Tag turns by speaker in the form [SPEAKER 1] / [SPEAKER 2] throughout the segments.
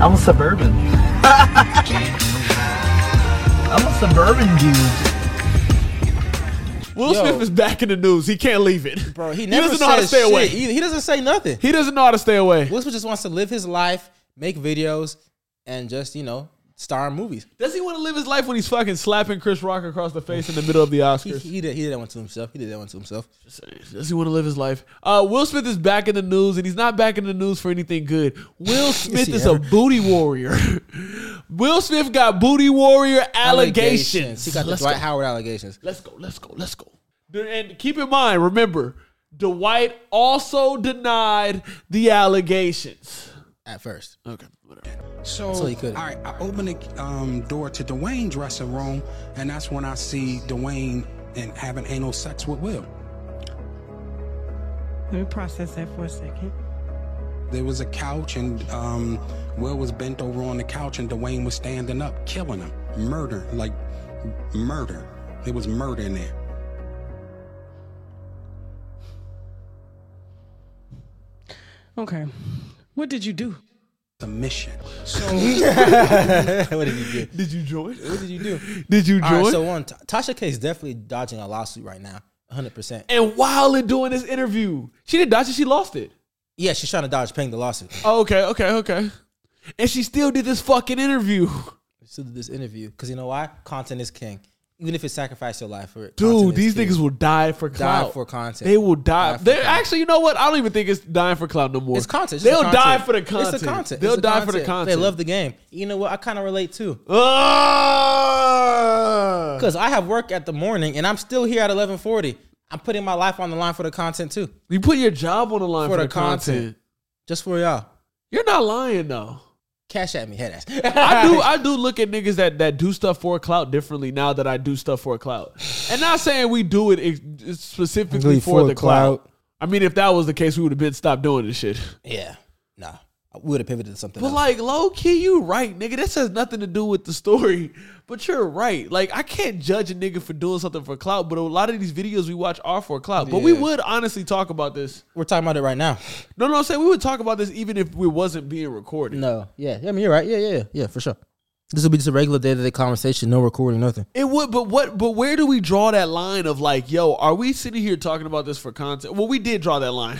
[SPEAKER 1] I'm a suburban. I'm a suburban dude.
[SPEAKER 2] Will
[SPEAKER 3] Yo.
[SPEAKER 2] Smith is back in the news. He can't leave it.
[SPEAKER 3] Bro, he never
[SPEAKER 2] doesn't know how to
[SPEAKER 3] says
[SPEAKER 2] stay
[SPEAKER 3] shit
[SPEAKER 2] away.
[SPEAKER 3] either. He doesn't say nothing.
[SPEAKER 2] He doesn't know how to stay away.
[SPEAKER 3] Will Smith just wants to live his life, make videos, and just you know star in movies.
[SPEAKER 2] Does he want to live his life when he's fucking slapping Chris Rock across the face in the middle of the
[SPEAKER 3] He,
[SPEAKER 2] Oscars?
[SPEAKER 3] he did. He did that one to himself. He did that one to himself.
[SPEAKER 2] Does he want to live his life? Uh, Will Smith is back in the news, and he's not back in the news for anything good. Will Smith
[SPEAKER 3] he
[SPEAKER 2] is
[SPEAKER 3] ever?
[SPEAKER 2] a booty warrior. Will Smith got booty warrior allegations.
[SPEAKER 3] He got the
[SPEAKER 2] Let's
[SPEAKER 3] Dwight
[SPEAKER 2] go.
[SPEAKER 3] Howard allegations.
[SPEAKER 2] Let's go. Let's go. Let's go. D- And keep in mind, remember, Dwight also denied the allegations.
[SPEAKER 3] At first,
[SPEAKER 2] Okay, whatever.
[SPEAKER 4] So,
[SPEAKER 3] So he couldn't.
[SPEAKER 4] all right, I open the um, door to Dwayne's dressing room, and that's when I see Dwayne and having anal sex with Will.
[SPEAKER 5] Let me process that for a second.
[SPEAKER 4] There was a couch, and um, Will was bent over on the couch, and Dwayne was standing up, killing him, murder, like murder. There was murder in there.
[SPEAKER 5] Okay. What did you do?
[SPEAKER 4] Submission.
[SPEAKER 3] what did you do?
[SPEAKER 2] Did you join?
[SPEAKER 3] What did you do?
[SPEAKER 2] Did you
[SPEAKER 3] All
[SPEAKER 2] join?
[SPEAKER 3] right, so one, Ta- Tasha K is definitely dodging a lawsuit right now, 100. percent
[SPEAKER 2] and while in doing this interview, she didn't dodge it. She lost it.
[SPEAKER 3] Yeah, she's trying to dodge paying the lawsuit.
[SPEAKER 2] Oh, okay, okay, okay. And she still did this fucking interview.
[SPEAKER 3] She did this interview because you know why? Content is king. Even if it sacrificed your life for it,
[SPEAKER 2] Dude,
[SPEAKER 3] content
[SPEAKER 2] these
[SPEAKER 3] is
[SPEAKER 2] niggas
[SPEAKER 3] king.
[SPEAKER 2] will die for clout.
[SPEAKER 3] for content.
[SPEAKER 2] They will die.
[SPEAKER 3] Die for
[SPEAKER 2] They're
[SPEAKER 3] clout.
[SPEAKER 2] actually, you know what? I don't even think it's dying for clout no more.
[SPEAKER 3] It's content. It's just
[SPEAKER 2] They'll
[SPEAKER 3] a content.
[SPEAKER 2] die for the content.
[SPEAKER 3] It's the content.
[SPEAKER 2] They'll
[SPEAKER 3] It's the
[SPEAKER 2] die for the
[SPEAKER 3] content.
[SPEAKER 2] content.
[SPEAKER 3] They love the game. You know what? I kind of relate too.
[SPEAKER 2] Ah!
[SPEAKER 3] Because I have work at the morning and I'm still here at 1140. I'm putting my life on the line for the content too.
[SPEAKER 2] You put your job on the line for,
[SPEAKER 3] For
[SPEAKER 2] the,
[SPEAKER 3] the content.
[SPEAKER 2] content.
[SPEAKER 3] Just for y'all.
[SPEAKER 2] You're not lying though.
[SPEAKER 3] Cash at me, head ass.
[SPEAKER 2] I do I do look at niggas that that do stuff for a clout differently now that I do stuff for a clout. And not saying we do it ex- specifically
[SPEAKER 3] Really
[SPEAKER 2] for,
[SPEAKER 3] for
[SPEAKER 2] the clout.
[SPEAKER 3] clout.
[SPEAKER 2] I mean, if that was the case, we would have been stopped doing this shit.
[SPEAKER 3] yeah. Nah. We would have pivoted to something
[SPEAKER 2] But
[SPEAKER 3] else.
[SPEAKER 2] like low key, you right, nigga. This has nothing to do with the story. But you're right. Like I can't judge a nigga for doing something for clout. But a lot of these videos we watch are for clout. But we
[SPEAKER 3] Yeah.
[SPEAKER 2] would honestly talk about this.
[SPEAKER 3] We're talking about it right now.
[SPEAKER 2] No, no, I'm saying we would talk about this even if we wasn't being recorded.
[SPEAKER 3] No. Yeah. I mean, you're right. Yeah, yeah, yeah. Yeah, for sure. This will be just a regular day to day conversation, no recording, nothing.
[SPEAKER 2] It would, but what? But where do we draw that line of like, yo, are we sitting here talking about this for content? Well, we did draw that line.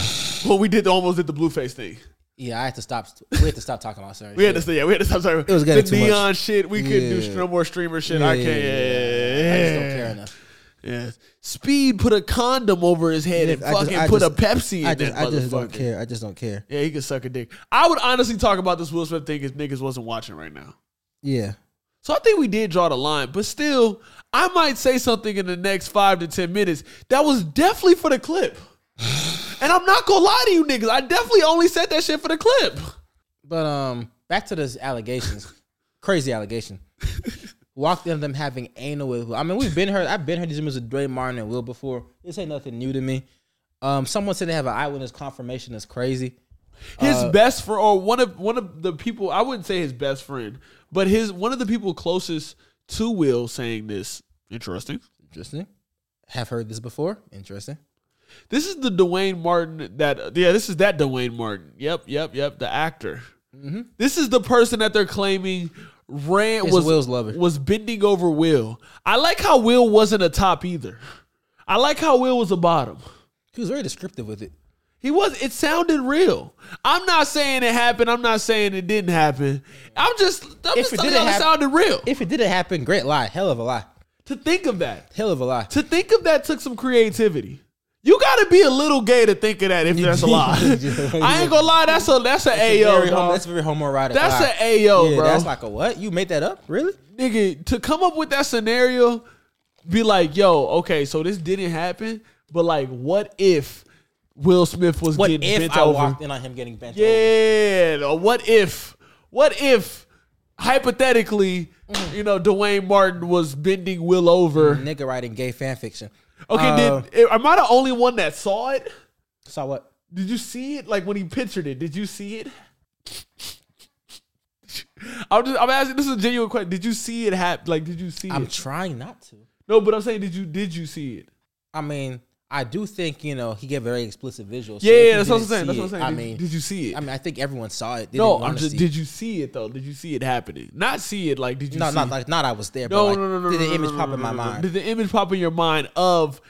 [SPEAKER 2] well, we did almost did the blueface thing.
[SPEAKER 3] Yeah, I had to stop. We had to stop talking about certain
[SPEAKER 2] We had to
[SPEAKER 3] shit.
[SPEAKER 2] say, yeah, we had to stop. Sorry, it
[SPEAKER 3] was
[SPEAKER 2] the
[SPEAKER 3] getting too much.
[SPEAKER 2] neon shit. We couldn't do
[SPEAKER 3] Yeah.
[SPEAKER 2] no more streamer shit. I
[SPEAKER 3] Yeah,
[SPEAKER 2] can't.
[SPEAKER 3] yeah,
[SPEAKER 2] Yeah,
[SPEAKER 3] I just don't care enough.
[SPEAKER 2] Yes. Speed put a condom over his head and
[SPEAKER 3] I just-
[SPEAKER 2] fucking
[SPEAKER 3] I
[SPEAKER 2] put
[SPEAKER 3] just-
[SPEAKER 2] a Pepsi in
[SPEAKER 3] I
[SPEAKER 2] that
[SPEAKER 3] just, I just don't
[SPEAKER 2] motherfucker.
[SPEAKER 3] care. I just don't care.
[SPEAKER 2] Yeah, he could suck a dick. I would honestly talk about this Will Smith thing if niggas wasn't watching right now.
[SPEAKER 3] Yeah.
[SPEAKER 2] So I think we did draw the line, but still, I might say something in the next five to ten minutes that was definitely for the clip. and I'm not gonna lie to you niggas, I definitely only said that shit for the clip.
[SPEAKER 3] But um, back to those allegations. Crazy allegation. Walked in them having anal with. I mean, we've been heard. I've been heard these rumors with Dre Martin and Will before. This ain't nothing new to me. Um, someone said they have an eyewitness confirmation. That's crazy.
[SPEAKER 2] His best friend, or one of one of the people, I wouldn't say his best friend, but his one of the people closest to Will saying this. Interesting.
[SPEAKER 3] Interesting. Have heard this before. Interesting.
[SPEAKER 2] This is the Dwayne Martin that yeah, this is that Dwayne Martin. Yep, yep, yep. The actor. This is the person that they're claiming ran
[SPEAKER 3] Mm-hmm. It's
[SPEAKER 2] was
[SPEAKER 3] Will's lover.
[SPEAKER 2] was bending over Will. I like how Will wasn't a top either. I like how Will was a bottom.
[SPEAKER 3] He was very descriptive with it.
[SPEAKER 2] He was. It sounded real. I'm not saying it happened. I'm not saying it didn't happen. I'm just. I'm
[SPEAKER 3] If
[SPEAKER 2] just
[SPEAKER 3] it
[SPEAKER 2] telling
[SPEAKER 3] didn't
[SPEAKER 2] y'all it
[SPEAKER 3] hap-
[SPEAKER 2] sounded real.
[SPEAKER 3] If it didn't happen, great lie. Hell of a lie.
[SPEAKER 2] to think of that.
[SPEAKER 3] Hell of a lie.
[SPEAKER 2] To think of that took some creativity. You gotta be a little gay to think of that if that's a lie. I ain't gonna lie, that's a that's a
[SPEAKER 3] very
[SPEAKER 2] AO.
[SPEAKER 3] homo-
[SPEAKER 2] dog.
[SPEAKER 3] that's very homoerotic.
[SPEAKER 2] That's
[SPEAKER 3] lie.
[SPEAKER 2] a AO,
[SPEAKER 3] Yeah,
[SPEAKER 2] bro.
[SPEAKER 3] That's like a what? You made that up? Really?
[SPEAKER 2] Nigga, to come up with that scenario, be like, yo, okay, so this didn't happen, but like what if Will Smith was
[SPEAKER 3] What
[SPEAKER 2] getting
[SPEAKER 3] if
[SPEAKER 2] bent
[SPEAKER 3] I
[SPEAKER 2] over?
[SPEAKER 3] walked in on him getting bent over?
[SPEAKER 2] Yeah. Or what if? What if? Hypothetically,
[SPEAKER 3] Mm.
[SPEAKER 2] you know, Dwayne Martin was bending Will over.
[SPEAKER 3] Nigga writing gay fan fiction.
[SPEAKER 2] Okay,
[SPEAKER 3] Uh,
[SPEAKER 2] did am I the only one that saw it?
[SPEAKER 3] Saw what?
[SPEAKER 2] Did you see it? Like when he pictured it, did you see it? I'm just I'm asking this is a genuine question. Did you see it happen? Like did you see
[SPEAKER 3] I'm
[SPEAKER 2] it?
[SPEAKER 3] trying not to.
[SPEAKER 2] no, but I'm saying did you did you see it?
[SPEAKER 3] I mean, I do think you know he gave very explicit visuals. so
[SPEAKER 2] Yeah, yeah,
[SPEAKER 3] if you
[SPEAKER 2] that's what I'm
[SPEAKER 3] didn't
[SPEAKER 2] saying.
[SPEAKER 3] see
[SPEAKER 2] That's what I'm
[SPEAKER 3] it,
[SPEAKER 2] saying.
[SPEAKER 3] I
[SPEAKER 2] Did-
[SPEAKER 3] mean,
[SPEAKER 2] did you see it?
[SPEAKER 3] I mean, I think everyone saw it. They
[SPEAKER 2] no,
[SPEAKER 3] didn't
[SPEAKER 2] I'm
[SPEAKER 3] wanna
[SPEAKER 2] just.
[SPEAKER 3] see it.
[SPEAKER 2] Did you see it though? Did you see it happening? Not see it like. Did you?
[SPEAKER 3] no,
[SPEAKER 2] see
[SPEAKER 3] not
[SPEAKER 2] it?
[SPEAKER 3] like not I was there.
[SPEAKER 2] No,
[SPEAKER 3] but like,
[SPEAKER 2] no, no, no.
[SPEAKER 3] Did
[SPEAKER 2] no,
[SPEAKER 3] the
[SPEAKER 2] no,
[SPEAKER 3] image
[SPEAKER 2] no,
[SPEAKER 3] pop
[SPEAKER 2] no,
[SPEAKER 3] in
[SPEAKER 2] no,
[SPEAKER 3] my
[SPEAKER 2] no.
[SPEAKER 3] mind?
[SPEAKER 2] Did the image pop in your mind of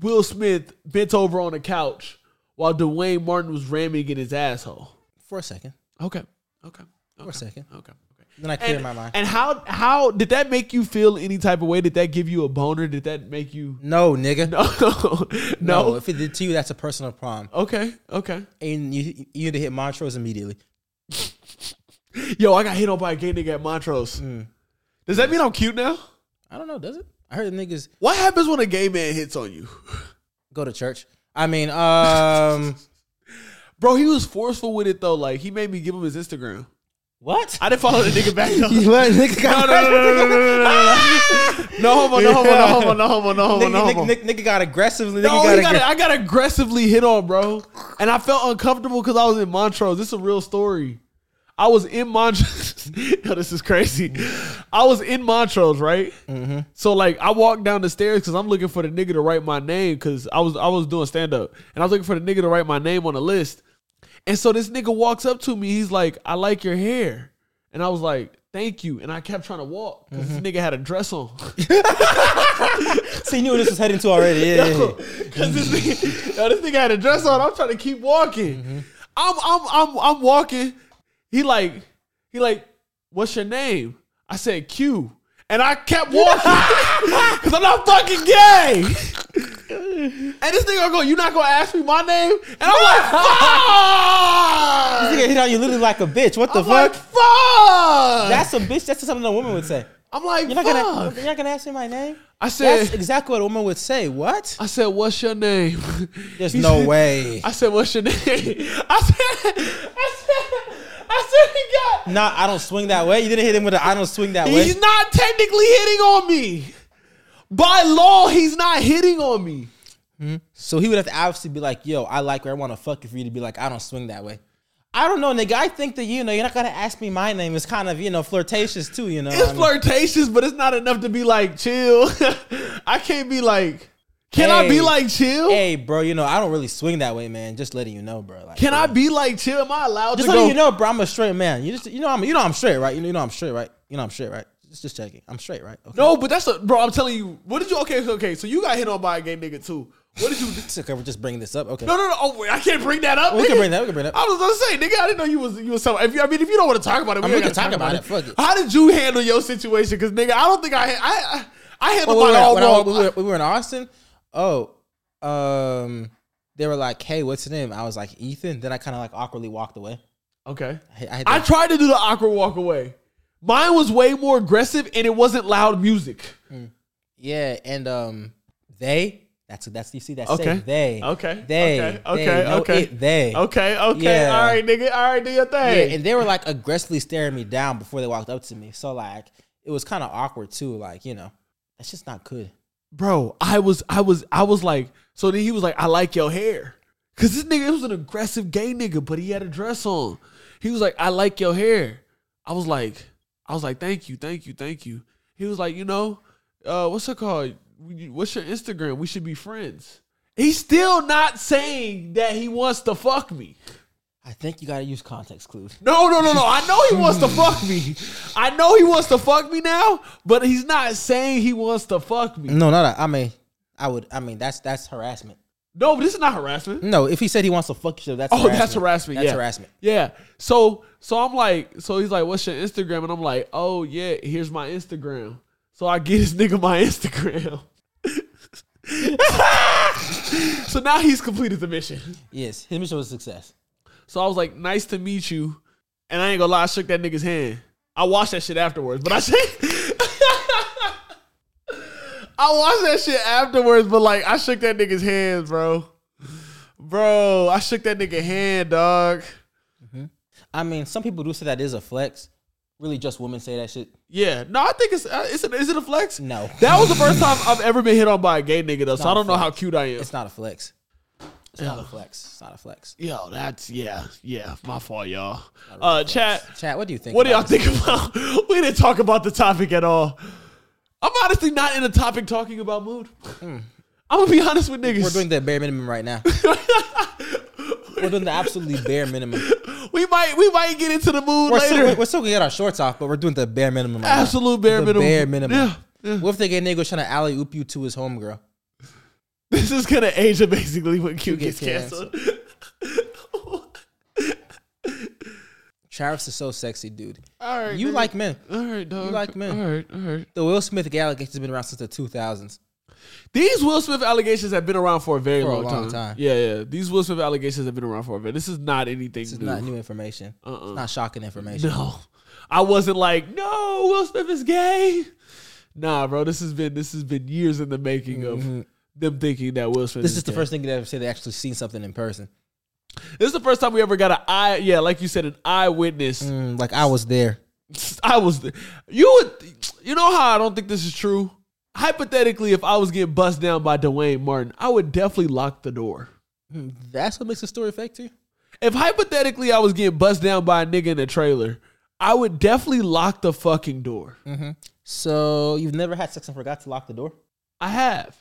[SPEAKER 2] Will Smith bent over on a couch while Dwayne Martin was ramming in his asshole?
[SPEAKER 3] For a second,
[SPEAKER 2] Okay. Okay.
[SPEAKER 3] for a second.
[SPEAKER 2] Okay. Okay.
[SPEAKER 3] Then I cleared
[SPEAKER 2] And,
[SPEAKER 3] my mind.
[SPEAKER 2] and how how did that make you feel any type of way? Did that give you a boner? Did that make you
[SPEAKER 3] no, nigga. No.
[SPEAKER 2] No. no.
[SPEAKER 3] if it did to you, that's a personal problem,
[SPEAKER 2] Okay. Okay.
[SPEAKER 3] and you you need to hit Montrose immediately.
[SPEAKER 2] Yo, I got hit on by a gay nigga at Montrose. Does that mean I'm cute now?
[SPEAKER 3] I don't know, does it? I heard niggas
[SPEAKER 2] What happens when a gay man hits on you?
[SPEAKER 3] go to church. I mean, um,
[SPEAKER 2] Bro, he was forceful with it though. Like he made me give him his Instagram.
[SPEAKER 3] what?
[SPEAKER 2] I didn't follow the nigga back though.
[SPEAKER 3] You let
[SPEAKER 2] No,
[SPEAKER 3] nigga got
[SPEAKER 2] no, no, no, no, no, no, no, no. No homo, no homo, no homo, no homo, no homo,
[SPEAKER 3] Nigga,
[SPEAKER 2] no homo.
[SPEAKER 3] nigga, nigga, nigga got aggressively. Nigga
[SPEAKER 2] No,
[SPEAKER 3] got
[SPEAKER 2] he got,
[SPEAKER 3] aggr-
[SPEAKER 2] I got aggressively hit on, bro. And I felt uncomfortable because I was in Montrose. This is a real story. I was in Montrose. Yo, this is crazy. I was in Montrose, right? So like, I walked down the stairs because I'm looking for the nigga to write my name because I was I was doing stand up and I was looking for the nigga to write my name on the list. And so this nigga walks up to me. He's like, "I like your hair," and I was like, "Thank you." And I kept trying to walk because this nigga had a dress on.
[SPEAKER 3] So you knew where this was heading to already. Yeah, yeah, yeah.
[SPEAKER 2] Cause this nigga, yo, this nigga had a dress on. I'm trying to keep walking.
[SPEAKER 3] Mm-hmm.
[SPEAKER 2] I'm, I'm, I'm, I'm walking. He like, he like, what's your name? I said Q, and I kept walking because I'm not fucking gay. And this nigga go, you not gonna ask me my name? And I'm like, fuck.
[SPEAKER 3] Nigga hit on you literally like a bitch. What the
[SPEAKER 2] I'm
[SPEAKER 3] fuck?
[SPEAKER 2] like, fuck.
[SPEAKER 3] that's a bitch. That's something a woman would say.
[SPEAKER 2] I'm like,
[SPEAKER 3] You're not
[SPEAKER 2] fuck.
[SPEAKER 3] gonna. You're not gonna ask me my name.
[SPEAKER 2] I said,
[SPEAKER 3] That's exactly what a woman would say. What?
[SPEAKER 2] I said, what's your name?
[SPEAKER 3] There's
[SPEAKER 2] He
[SPEAKER 3] no
[SPEAKER 2] said-
[SPEAKER 3] way.
[SPEAKER 2] I said, "What's your name?" I said, "I said, I said he got."
[SPEAKER 3] Nah, I don't swing that way. You didn't hit him with a I don't swing that way.
[SPEAKER 2] He's not technically hitting on me. By law, he's not hitting on me.
[SPEAKER 3] So he would have to obviously be like, yo, I like her. I want to fuck you for you to be like, I don't swing that way. I don't know, nigga. I think that, you know, you're not going to ask me my name. It's kind of, you know, flirtatious too, you know.
[SPEAKER 2] It's
[SPEAKER 3] I mean,
[SPEAKER 2] flirtatious, but it's not enough to be like chill. I can't be like. Can I be
[SPEAKER 3] Hey.
[SPEAKER 2] like chill?
[SPEAKER 3] Hey, bro, you know, I don't really swing that way, man. Just letting you know, bro. Like,
[SPEAKER 2] Can I
[SPEAKER 3] bro.
[SPEAKER 2] be like chill? Am I allowed
[SPEAKER 3] Just
[SPEAKER 2] to
[SPEAKER 3] letting
[SPEAKER 2] go?
[SPEAKER 3] you know, bro, I'm a straight man. You just, you know, I'm, you know, I'm straight, right? You know, you know, I'm straight, right? You know, I'm straight, right? Just, just checking. I'm straight, right? Okay.
[SPEAKER 2] No, but that's a bro. I'm telling you. What did you? Okay, so- okay. So you got hit on by a gay nigga too. What did you? do?
[SPEAKER 3] It's okay. We're just bringing this up. Okay.
[SPEAKER 2] No, no, no. Oh, wait, I can't bring that up.
[SPEAKER 3] We can
[SPEAKER 2] nigga.
[SPEAKER 3] bring that- we can bring that up.
[SPEAKER 2] I was gonna say, nigga, I didn't know you was you was something. If you, I mean, if you don't want to talk about it,
[SPEAKER 3] I
[SPEAKER 2] we,
[SPEAKER 3] mean,
[SPEAKER 2] ain't
[SPEAKER 3] we
[SPEAKER 2] gotta
[SPEAKER 3] can talk about it. Fuck it.
[SPEAKER 2] How did you handle your situation? Because nigga, I don't think I ha- I I, I handled
[SPEAKER 3] Well, we,
[SPEAKER 2] mine
[SPEAKER 3] were,
[SPEAKER 2] all
[SPEAKER 3] when I-
[SPEAKER 2] wrong.
[SPEAKER 3] we were- we were in Austin. Oh, um, they were like, "Hey, what's your name?" I was like, "Ethan." Then I kind of like awkwardly walked away.
[SPEAKER 2] okay,
[SPEAKER 3] I, I, had
[SPEAKER 2] I
[SPEAKER 3] to-
[SPEAKER 2] tried to do the awkward walk away. Mine was way more aggressive, and it wasn't loud music.
[SPEAKER 3] yeah, and um, they. That's that's you see that
[SPEAKER 2] Okay.
[SPEAKER 3] say they
[SPEAKER 2] Okay,
[SPEAKER 3] they
[SPEAKER 2] okay,
[SPEAKER 3] they,
[SPEAKER 2] okay,
[SPEAKER 3] no
[SPEAKER 2] okay.
[SPEAKER 3] it, they
[SPEAKER 2] Okay, okay,
[SPEAKER 3] Yeah.
[SPEAKER 2] all right, nigga, all right, do your thing.
[SPEAKER 3] yeah, and they were like aggressively staring me down before they walked up to me. So like it was kind of awkward too. Like you know, that's just not good.
[SPEAKER 2] bro, I was, I was, I was like, so then he was like, I like your hair. Cause this nigga, it was an aggressive gay nigga, but he had a dress on. He was like, I like your hair. I was like, I was like, thank you, thank you, thank you. He was like, you know, uh, what's it called? We- What's your Instagram? We should be friends. He's still not saying that he wants to fuck me.
[SPEAKER 3] I think you gotta use context clues.
[SPEAKER 2] No, no, no, no. I know he wants to fuck me. I know he wants to fuck me now, but he's not saying he wants to fuck me.
[SPEAKER 3] No, no, no. I mean, I would. I mean, that's that's harassment.
[SPEAKER 2] No, this is not harassment.
[SPEAKER 3] No, if he said he wants to fuck you, that's
[SPEAKER 2] Oh,
[SPEAKER 3] harassment.
[SPEAKER 2] that's harassment.
[SPEAKER 3] That's
[SPEAKER 2] yeah.
[SPEAKER 3] harassment.
[SPEAKER 2] Yeah. So so I'm like, so he's like, what's your Instagram? And I'm like, oh yeah, here's my Instagram. So I get this nigga my Instagram. so now he's completed the mission.
[SPEAKER 3] Yes, his mission was a success.
[SPEAKER 2] So I was like, nice to meet you. And I ain't gonna lie, I shook that nigga's hand. I watched that shit afterwards, but I shook I watched that shit afterwards, but like I shook that nigga's hands, bro. Bro, I shook that nigga hand, dog.
[SPEAKER 3] I mean, some people do say that is a flex. Really, just women say that shit.
[SPEAKER 2] Yeah, no, I think it's uh, it's an, is it a flex?
[SPEAKER 3] No.
[SPEAKER 2] that was the first time I've ever been hit on by a gay nigga though, so
[SPEAKER 3] Not
[SPEAKER 2] I
[SPEAKER 3] a
[SPEAKER 2] don't know
[SPEAKER 3] flex.
[SPEAKER 2] how cute I am.
[SPEAKER 3] It's not a flex. It's not a flex. It's not a flex.
[SPEAKER 2] Yo, that's yeah, yeah, my fault, y'all. Uh, chat,
[SPEAKER 3] Chat, what do you think?
[SPEAKER 2] what do y'all
[SPEAKER 3] about
[SPEAKER 2] think about? We didn't talk about the topic at all. I'm honestly not in a topic talking about mood. I'm gonna be honest with niggas.
[SPEAKER 3] Hmm. We're doing the bare minimum right now. we're doing the absolutely bare minimum.
[SPEAKER 2] we might we might get into the mood
[SPEAKER 3] We're
[SPEAKER 2] later.
[SPEAKER 3] still, we're still gonna get our shorts off, but we're doing the bare minimum. Right now.
[SPEAKER 2] Absolute bare
[SPEAKER 3] the
[SPEAKER 2] minimum.
[SPEAKER 3] Bare minimum.
[SPEAKER 2] Yeah, yeah.
[SPEAKER 3] What if they get nigga trying to alley oop you to his homegirl?
[SPEAKER 2] this is gonna age amazingly when Q
[SPEAKER 3] gets
[SPEAKER 2] gets canceled.
[SPEAKER 3] Travis is so sexy, dude.
[SPEAKER 2] all right,
[SPEAKER 3] You
[SPEAKER 2] nigga.
[SPEAKER 3] like men.
[SPEAKER 2] all right, dog.
[SPEAKER 3] like men.
[SPEAKER 2] All right, all right.
[SPEAKER 3] The Will Smith allegation has been around since the 2000s.
[SPEAKER 2] These Will Smith allegations have been around for a very
[SPEAKER 3] For a
[SPEAKER 2] long,
[SPEAKER 3] long
[SPEAKER 2] time.
[SPEAKER 3] time.
[SPEAKER 2] Yeah, yeah. These Will Smith allegations have been around for a very. This is not anything
[SPEAKER 3] It's
[SPEAKER 2] new.
[SPEAKER 3] not new information.
[SPEAKER 2] Uh-uh.
[SPEAKER 3] It's not shocking information.
[SPEAKER 2] No, I wasn't like, no, Will Smith is gay. Nah, bro. This has been this has been years in the making of them thinking that Will Smith.
[SPEAKER 3] Mm-hmm. This is the
[SPEAKER 2] gay.
[SPEAKER 3] first thing they ever say they actually seen something in person.
[SPEAKER 2] This is the first time we ever got an eye. Yeah, like you said, an eyewitness.
[SPEAKER 3] Mm, like I was there.
[SPEAKER 2] I was. th- You would. You know how I don't think this is true. Hypothetically, if I was getting bust down by Dwayne Martin, I would definitely lock the door.
[SPEAKER 3] That's what makes the story fake to you.
[SPEAKER 2] If hypothetically I was getting bust down by a nigga in a trailer, I would definitely lock the fucking door.
[SPEAKER 3] So you've never had sex and forgot to lock the door?
[SPEAKER 2] I have.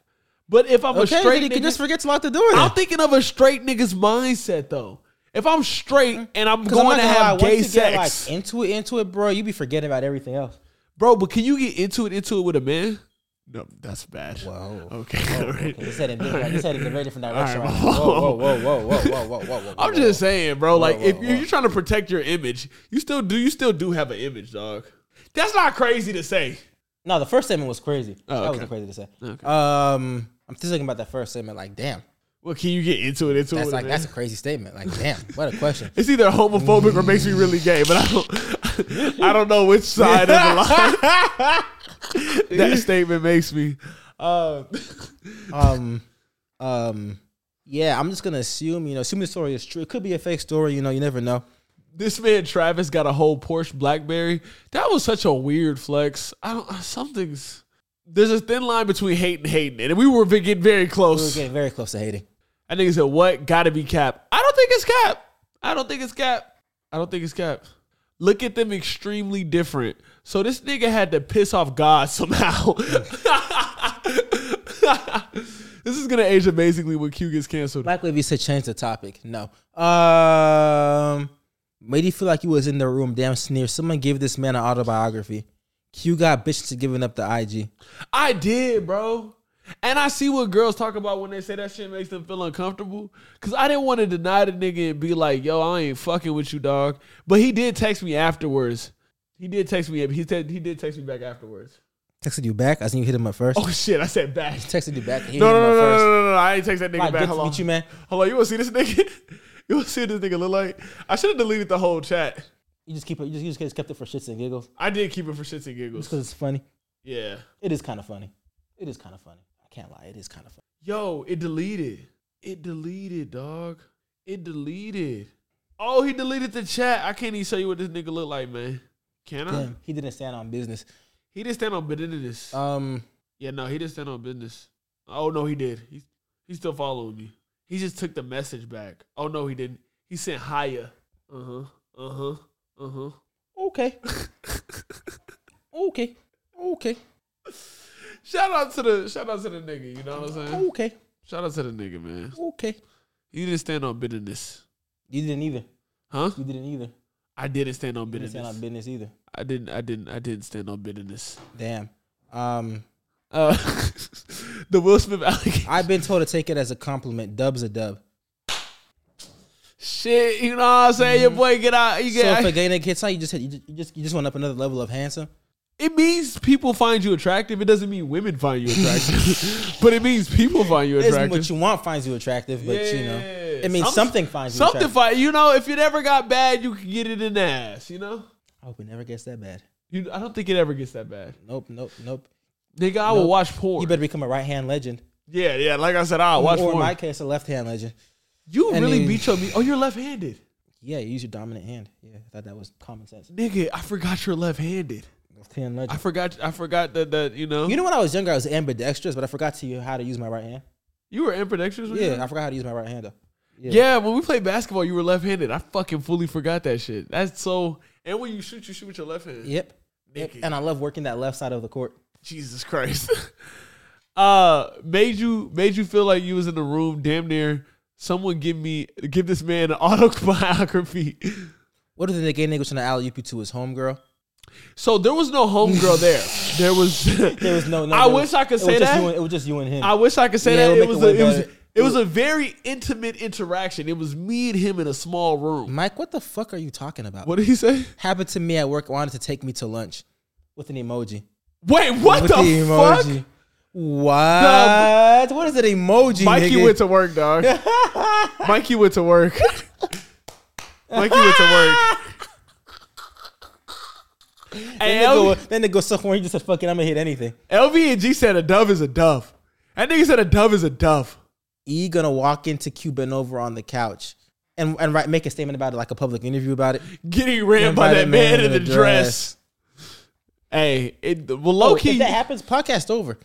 [SPEAKER 2] But if I'm
[SPEAKER 3] Okay,
[SPEAKER 2] a
[SPEAKER 3] straight
[SPEAKER 2] Oh, straight
[SPEAKER 3] you
[SPEAKER 2] nigga,
[SPEAKER 3] can just forget to lock the door.
[SPEAKER 2] I'm
[SPEAKER 3] Then.
[SPEAKER 2] thinking of a straight nigga's mindset though. If I'm straight and I'm
[SPEAKER 3] Mm-hmm. 'Cause I'm
[SPEAKER 2] going
[SPEAKER 3] not
[SPEAKER 2] to
[SPEAKER 3] gonna lie,
[SPEAKER 2] have
[SPEAKER 3] once
[SPEAKER 2] gay
[SPEAKER 3] you get, like,
[SPEAKER 2] sex,
[SPEAKER 3] into it, into it, bro. You be forgetting about everything else.
[SPEAKER 2] bro, but can you get into it, into it with a man? No, that's bad.
[SPEAKER 3] Whoa.
[SPEAKER 2] Okay, all right.
[SPEAKER 3] This headed in, different- this headed in a very different
[SPEAKER 2] right,
[SPEAKER 3] direction. right now.
[SPEAKER 2] whoa.
[SPEAKER 3] Whoa, whoa, whoa, whoa, whoa, whoa, whoa, whoa.
[SPEAKER 2] I'm just saying, bro. Like,
[SPEAKER 3] whoa,
[SPEAKER 2] if
[SPEAKER 3] whoa.
[SPEAKER 2] you're, you're trying to protect your image, you still do. You still do have an image, dog. That's not crazy to say.
[SPEAKER 3] No, the first statement was crazy.
[SPEAKER 2] Oh,
[SPEAKER 3] That
[SPEAKER 2] okay.
[SPEAKER 3] was crazy to say.
[SPEAKER 2] Okay.
[SPEAKER 3] Um, I'm just thinking about that first statement. Like, damn,
[SPEAKER 2] Well, can you get into it? Into it.
[SPEAKER 3] that's
[SPEAKER 2] with
[SPEAKER 3] like
[SPEAKER 2] a man?
[SPEAKER 3] that's a crazy statement. Like, damn, what a question.
[SPEAKER 2] It's either homophobic or makes me really gay, but I don't I don't know which side of the line that statement makes me. Uh,
[SPEAKER 3] Um, um, yeah, I'm just gonna assume. You know, assuming the story is true. It could be a fake story. You know, you never know.
[SPEAKER 2] this man Travis got a whole Porsche BlackBerry. That was such a weird flex. I don't something's there's a thin line between hate and hating, and we were getting very
[SPEAKER 3] We were
[SPEAKER 2] close.
[SPEAKER 3] getting very close to hating.
[SPEAKER 2] I think he said, "What? Gotta be Cap." I don't think it's Cap. I don't think it's Cap. I don't think it's Cap. Look at them, extremely different. So this nigga had to piss off God somehow. this is gonna age amazingly when Q gets canceled.
[SPEAKER 3] Likely, if you said change the topic, no. Um, made you feel like you was in the room. Damn sneer. Someone gave this man an autobiography. Q got bitches to giving up the IG.
[SPEAKER 2] I did, bro. And I see what girls talk about when they say that shit makes them feel uncomfortable. Cause I didn't want to deny the nigga and be like, yo, I ain't fucking with you, dog. But he did text me afterwards. He did text me. He, said he did text me back afterwards.
[SPEAKER 3] Texted you back. I seen you hit him up first.
[SPEAKER 2] Oh shit, I said back.
[SPEAKER 3] Texted you back. Hit
[SPEAKER 2] No,
[SPEAKER 3] him
[SPEAKER 2] no,
[SPEAKER 3] up
[SPEAKER 2] no, no, no,
[SPEAKER 3] first.
[SPEAKER 2] no, no, no, I ain't text that nigga
[SPEAKER 3] Like,
[SPEAKER 2] back.
[SPEAKER 3] good
[SPEAKER 2] Hold
[SPEAKER 3] to
[SPEAKER 2] on.
[SPEAKER 3] meet you, man.
[SPEAKER 2] Hold on, you wanna see this nigga? you wanna see what this nigga look like? I should have deleted the whole chat.
[SPEAKER 3] You just keep it. You just, you just kept it for shits and giggles
[SPEAKER 2] I did keep it for shits and giggles.
[SPEAKER 3] because it's funny.
[SPEAKER 2] Yeah.
[SPEAKER 3] It is kind of funny. It is kind of funny. I can't lie. It is kind of funny.
[SPEAKER 2] Yo, it deleted. It deleted, dog. It deleted. Oh, he deleted the chat. I can't even show you what this nigga look like, man. Can I?
[SPEAKER 3] Damn, he didn't stand on business.
[SPEAKER 2] He didn't stand on business.
[SPEAKER 3] Um,
[SPEAKER 2] yeah, no, he didn't stand on business. Oh no, he did. He's he's still following me. He just took the message back. Oh no, he didn't. He sent higher.
[SPEAKER 3] Uh-huh,
[SPEAKER 2] Uh huh. Uh huh. Uh huh.
[SPEAKER 3] okay, okay, okay,
[SPEAKER 2] Shout out to the shout out to the nigga. You know what I'm saying?
[SPEAKER 3] okay,
[SPEAKER 2] Shout out to the nigga, man.
[SPEAKER 3] okay.
[SPEAKER 2] He didn't stand on business,
[SPEAKER 3] You didn't either.
[SPEAKER 2] huh?
[SPEAKER 3] You didn't either.
[SPEAKER 2] I didn't stand on
[SPEAKER 3] You didn't stand on
[SPEAKER 2] business.
[SPEAKER 3] business either.
[SPEAKER 2] I didn't. I didn't. I didn't stand on business.
[SPEAKER 3] Damn. Um,
[SPEAKER 2] Uh, the Will Smith allegation.
[SPEAKER 3] I've been told to take it as a compliment. Dub's a dub.
[SPEAKER 2] Shit, you know what I'm saying? Your boy get out. You
[SPEAKER 3] Mm-hmm. So
[SPEAKER 2] get.
[SPEAKER 3] if a gay nigga hits on you, just hit, you just you just you just went up another level of handsome.
[SPEAKER 2] it means people find you attractive. It doesn't mean women find you attractive, but it means people find you
[SPEAKER 3] It's
[SPEAKER 2] attractive.
[SPEAKER 3] what you want finds you attractive, but you know,
[SPEAKER 2] Yeah.
[SPEAKER 3] it means
[SPEAKER 2] Some-
[SPEAKER 3] something finds you
[SPEAKER 2] Something
[SPEAKER 3] attractive.
[SPEAKER 2] find you know. If it ever got bad, you can get it in the ass. You know.
[SPEAKER 3] I hope it never gets that bad.
[SPEAKER 2] You, I don't think it ever gets that bad.
[SPEAKER 3] Nope, nope, nope.
[SPEAKER 2] Nigga, I will
[SPEAKER 3] Nope.
[SPEAKER 2] watch porn.
[SPEAKER 3] You better become a right hand legend.
[SPEAKER 2] yeah, yeah. Like I said, I'll watch
[SPEAKER 3] or
[SPEAKER 2] porn.
[SPEAKER 3] in my case, a left hand legend.
[SPEAKER 2] you
[SPEAKER 3] and
[SPEAKER 2] really
[SPEAKER 3] then-
[SPEAKER 2] beat your meat. Oh, you're left-handed,
[SPEAKER 3] Yeah, you use your dominant hand. Yeah, I thought that was common sense.
[SPEAKER 2] nigga. I forgot you're left-handed.
[SPEAKER 3] Left hand
[SPEAKER 2] I
[SPEAKER 3] legend.
[SPEAKER 2] forgot. I forgot that that you know
[SPEAKER 3] You
[SPEAKER 2] you,
[SPEAKER 3] know, when I was younger, I was ambidextrous, but I forgot to you how to use my right hand.
[SPEAKER 2] were ambidextrous. when you
[SPEAKER 3] Yeah,
[SPEAKER 2] were-
[SPEAKER 3] I forgot how to use my right hand though.
[SPEAKER 2] yeah. When we played basketball, you were left-handed. I fucking fully forgot that shit. That's so. And when you shoot, you shoot with your left hand.
[SPEAKER 3] Yep. Yep.
[SPEAKER 2] Nikki.
[SPEAKER 3] And I love working that left side of the court.
[SPEAKER 2] Jesus Christ. Uh, made you made you feel like you was in the room, damn near. Someone give me give this man an autobiography.
[SPEAKER 3] What if the gay nigga was trying to alley oop you to his homegirl?
[SPEAKER 2] So there was no homegirl there. There was
[SPEAKER 3] There was no. no
[SPEAKER 2] I
[SPEAKER 3] there
[SPEAKER 2] wish
[SPEAKER 3] was-
[SPEAKER 2] I could
[SPEAKER 3] it
[SPEAKER 2] say
[SPEAKER 3] was just
[SPEAKER 2] that.
[SPEAKER 3] you and- it was just you and him.
[SPEAKER 2] I wish I could say
[SPEAKER 3] Yeah,
[SPEAKER 2] that.
[SPEAKER 3] it'll
[SPEAKER 2] It
[SPEAKER 3] make
[SPEAKER 2] was
[SPEAKER 3] it
[SPEAKER 2] a,
[SPEAKER 3] way
[SPEAKER 2] it was
[SPEAKER 3] better.
[SPEAKER 2] it was a very intimate interaction. It was me and him in a small room.
[SPEAKER 3] Mike, what the fuck are you talking about?
[SPEAKER 2] What did he say?
[SPEAKER 3] happened to me at work? Wanted to take me to lunch with an emoji.
[SPEAKER 2] Wait, what
[SPEAKER 3] with
[SPEAKER 2] the, fuck?
[SPEAKER 3] What? what is an emoji?
[SPEAKER 2] Mikey
[SPEAKER 3] nigga?
[SPEAKER 2] went to work, dog. Mikey went to work. Mikey went to work. Hey,
[SPEAKER 3] Then they
[SPEAKER 2] LV,
[SPEAKER 3] go, then they go somewhere. He just said, "Fuck it, I'm gonna hit anything."
[SPEAKER 2] LV and G said a dove is a dove. That nigga said a dove is a dove.
[SPEAKER 3] E gonna walk into Q bent over on the couch and and write, make a statement about it, like a public interview about it.
[SPEAKER 2] Getting ran by, that man, in the dress. Hey, it, well, low
[SPEAKER 3] Oh,
[SPEAKER 2] key.
[SPEAKER 3] if that happens, podcast over.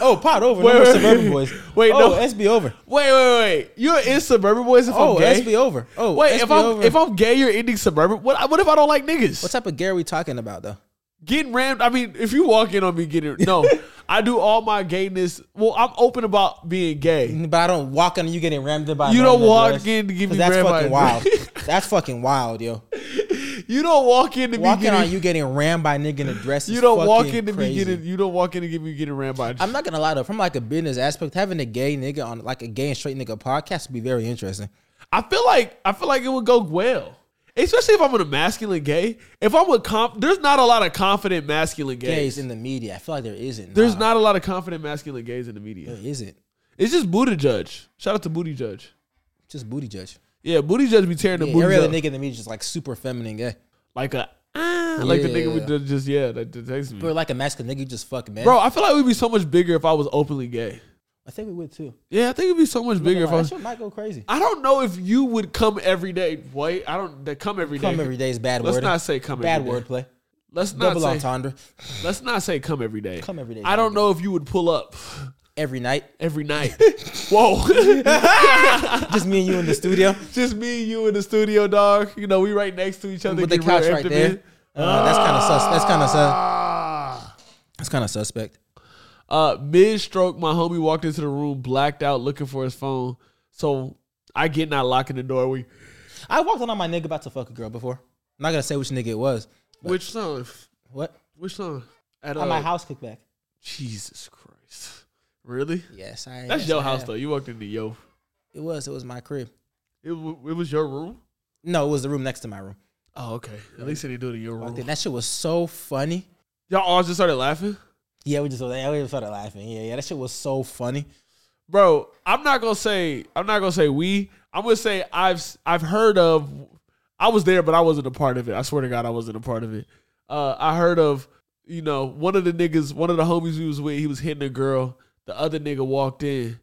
[SPEAKER 3] oh, pod over.
[SPEAKER 2] Wait,
[SPEAKER 3] no more
[SPEAKER 2] wait,
[SPEAKER 3] suburban
[SPEAKER 2] wait.
[SPEAKER 3] boys.
[SPEAKER 2] Wait,
[SPEAKER 3] oh,
[SPEAKER 2] no.
[SPEAKER 3] SB over.
[SPEAKER 2] Wait, wait, wait. You're in Suburban Boys if
[SPEAKER 3] Oh,
[SPEAKER 2] I'm gay?
[SPEAKER 3] SB over. Oh,
[SPEAKER 2] Wait,
[SPEAKER 3] SB
[SPEAKER 2] if I'm
[SPEAKER 3] over.
[SPEAKER 2] if I'm gay, you're ending Suburban. What what if I don't like niggas?
[SPEAKER 3] what type of gay are we talking about though?
[SPEAKER 2] getting rammed. I mean, if you walk in on me getting no, I do all my gayness. Well, I'm open about being gay.
[SPEAKER 3] But I don't walk in and you getting rammed in by. a
[SPEAKER 2] You
[SPEAKER 3] man
[SPEAKER 2] don't
[SPEAKER 3] in a
[SPEAKER 2] walk
[SPEAKER 3] dress.
[SPEAKER 2] in to give
[SPEAKER 3] 'Cause
[SPEAKER 2] me
[SPEAKER 3] that's
[SPEAKER 2] rammed by
[SPEAKER 3] fucking
[SPEAKER 2] a
[SPEAKER 3] wild.
[SPEAKER 2] man.
[SPEAKER 3] that's fucking wild, yo.
[SPEAKER 2] You don't walk in to me
[SPEAKER 3] Walking
[SPEAKER 2] getting.
[SPEAKER 3] on you getting rammed by a nigga in a dress.
[SPEAKER 2] you
[SPEAKER 3] is
[SPEAKER 2] don't walk
[SPEAKER 3] fucking
[SPEAKER 2] in to
[SPEAKER 3] crazy.
[SPEAKER 2] me getting. You don't walk in to get me getting rammed by.
[SPEAKER 3] I'm not gonna lie though, from like a business aspect, having a gay nigga on like a gay and straight nigga podcast would be very interesting.
[SPEAKER 2] I feel like I feel like it would go well. Especially if I'm with a masculine gay. If I'm with comp, there's not a lot of confident masculine gays.
[SPEAKER 3] Gays in the media, I feel like there isn't.
[SPEAKER 2] there's
[SPEAKER 3] Nah,
[SPEAKER 2] not a lot of confident masculine gays in the media.
[SPEAKER 3] There isn't.
[SPEAKER 2] It's just Booty Judge. Shout out to Booty Judge.
[SPEAKER 3] Just booty judge.
[SPEAKER 2] Yeah, Booty Judge be tearing the
[SPEAKER 3] Yeah, every
[SPEAKER 2] booty
[SPEAKER 3] other
[SPEAKER 2] up.
[SPEAKER 3] nigga in the media is just like super feminine gay,
[SPEAKER 2] like a ah, like the nigga we
[SPEAKER 3] Yeah.
[SPEAKER 2] did just yeah that that takes me.
[SPEAKER 3] but like a masculine nigga, you just fuck man.
[SPEAKER 2] Bro, I feel like we'd be so much bigger if I was openly gay.
[SPEAKER 3] I think we would too.
[SPEAKER 2] Yeah, I think it'd be so much bigger if I
[SPEAKER 3] That
[SPEAKER 2] was.
[SPEAKER 3] shit might go crazy.
[SPEAKER 2] I don't know if you would come every day. Wait, I don't. That come every day.
[SPEAKER 3] Come every day is bad
[SPEAKER 2] Let's
[SPEAKER 3] word.
[SPEAKER 2] not say come
[SPEAKER 3] bad
[SPEAKER 2] every day.
[SPEAKER 3] wordplay.
[SPEAKER 2] Let's not
[SPEAKER 3] Double
[SPEAKER 2] say.
[SPEAKER 3] entendre.
[SPEAKER 2] Let's not say come every day.
[SPEAKER 3] Come every day is
[SPEAKER 2] I don't
[SPEAKER 3] bad.
[SPEAKER 2] know if you would pull up
[SPEAKER 3] Every night,
[SPEAKER 2] every night. Whoa,
[SPEAKER 3] just me and you in the studio
[SPEAKER 2] just me and you in the studio, dog. You know we right next to each other.
[SPEAKER 3] with the
[SPEAKER 2] getting real
[SPEAKER 3] couch right
[SPEAKER 2] intimate.
[SPEAKER 3] there. Uh, that's kind of sus. That's kind of sus.
[SPEAKER 2] Ah.
[SPEAKER 3] That's kind of suspect.
[SPEAKER 2] Uh, mid stroke, my homie walked into the room, blacked out, looking for his phone. So I get not locking the door. We
[SPEAKER 3] I walked in on my nigga about to fuck a girl before. I'm not gonna say which nigga it was.
[SPEAKER 2] which song?
[SPEAKER 3] What?
[SPEAKER 2] Which song? At
[SPEAKER 3] On my
[SPEAKER 2] uh,
[SPEAKER 3] house kickback.
[SPEAKER 2] Jesus Christ! Really?
[SPEAKER 3] Yes, I.
[SPEAKER 2] That's
[SPEAKER 3] yes,
[SPEAKER 2] your
[SPEAKER 3] I
[SPEAKER 2] house
[SPEAKER 3] have.
[SPEAKER 2] though. You walked into yo.
[SPEAKER 3] It was. It was my crib.
[SPEAKER 2] It, w- it was your room.
[SPEAKER 3] No, it was the room next to my room.
[SPEAKER 2] Oh, okay. At least they didn't do it in your
[SPEAKER 3] Walked in.
[SPEAKER 2] room.
[SPEAKER 3] That shit was so funny.
[SPEAKER 2] Y'all all just started laughing,
[SPEAKER 3] Yeah, we just we just started laughing. Yeah, yeah, that shit was so funny.
[SPEAKER 2] bro. I'm not gonna say. I'm not gonna say we. I'm gonna say I've s- I've heard of. I was there, but I wasn't a part of it. I swear to God, I wasn't a part of it. uh, I heard of, you know, one of the niggas, one of the homies we was with, he was hitting a girl. The other nigga walked in,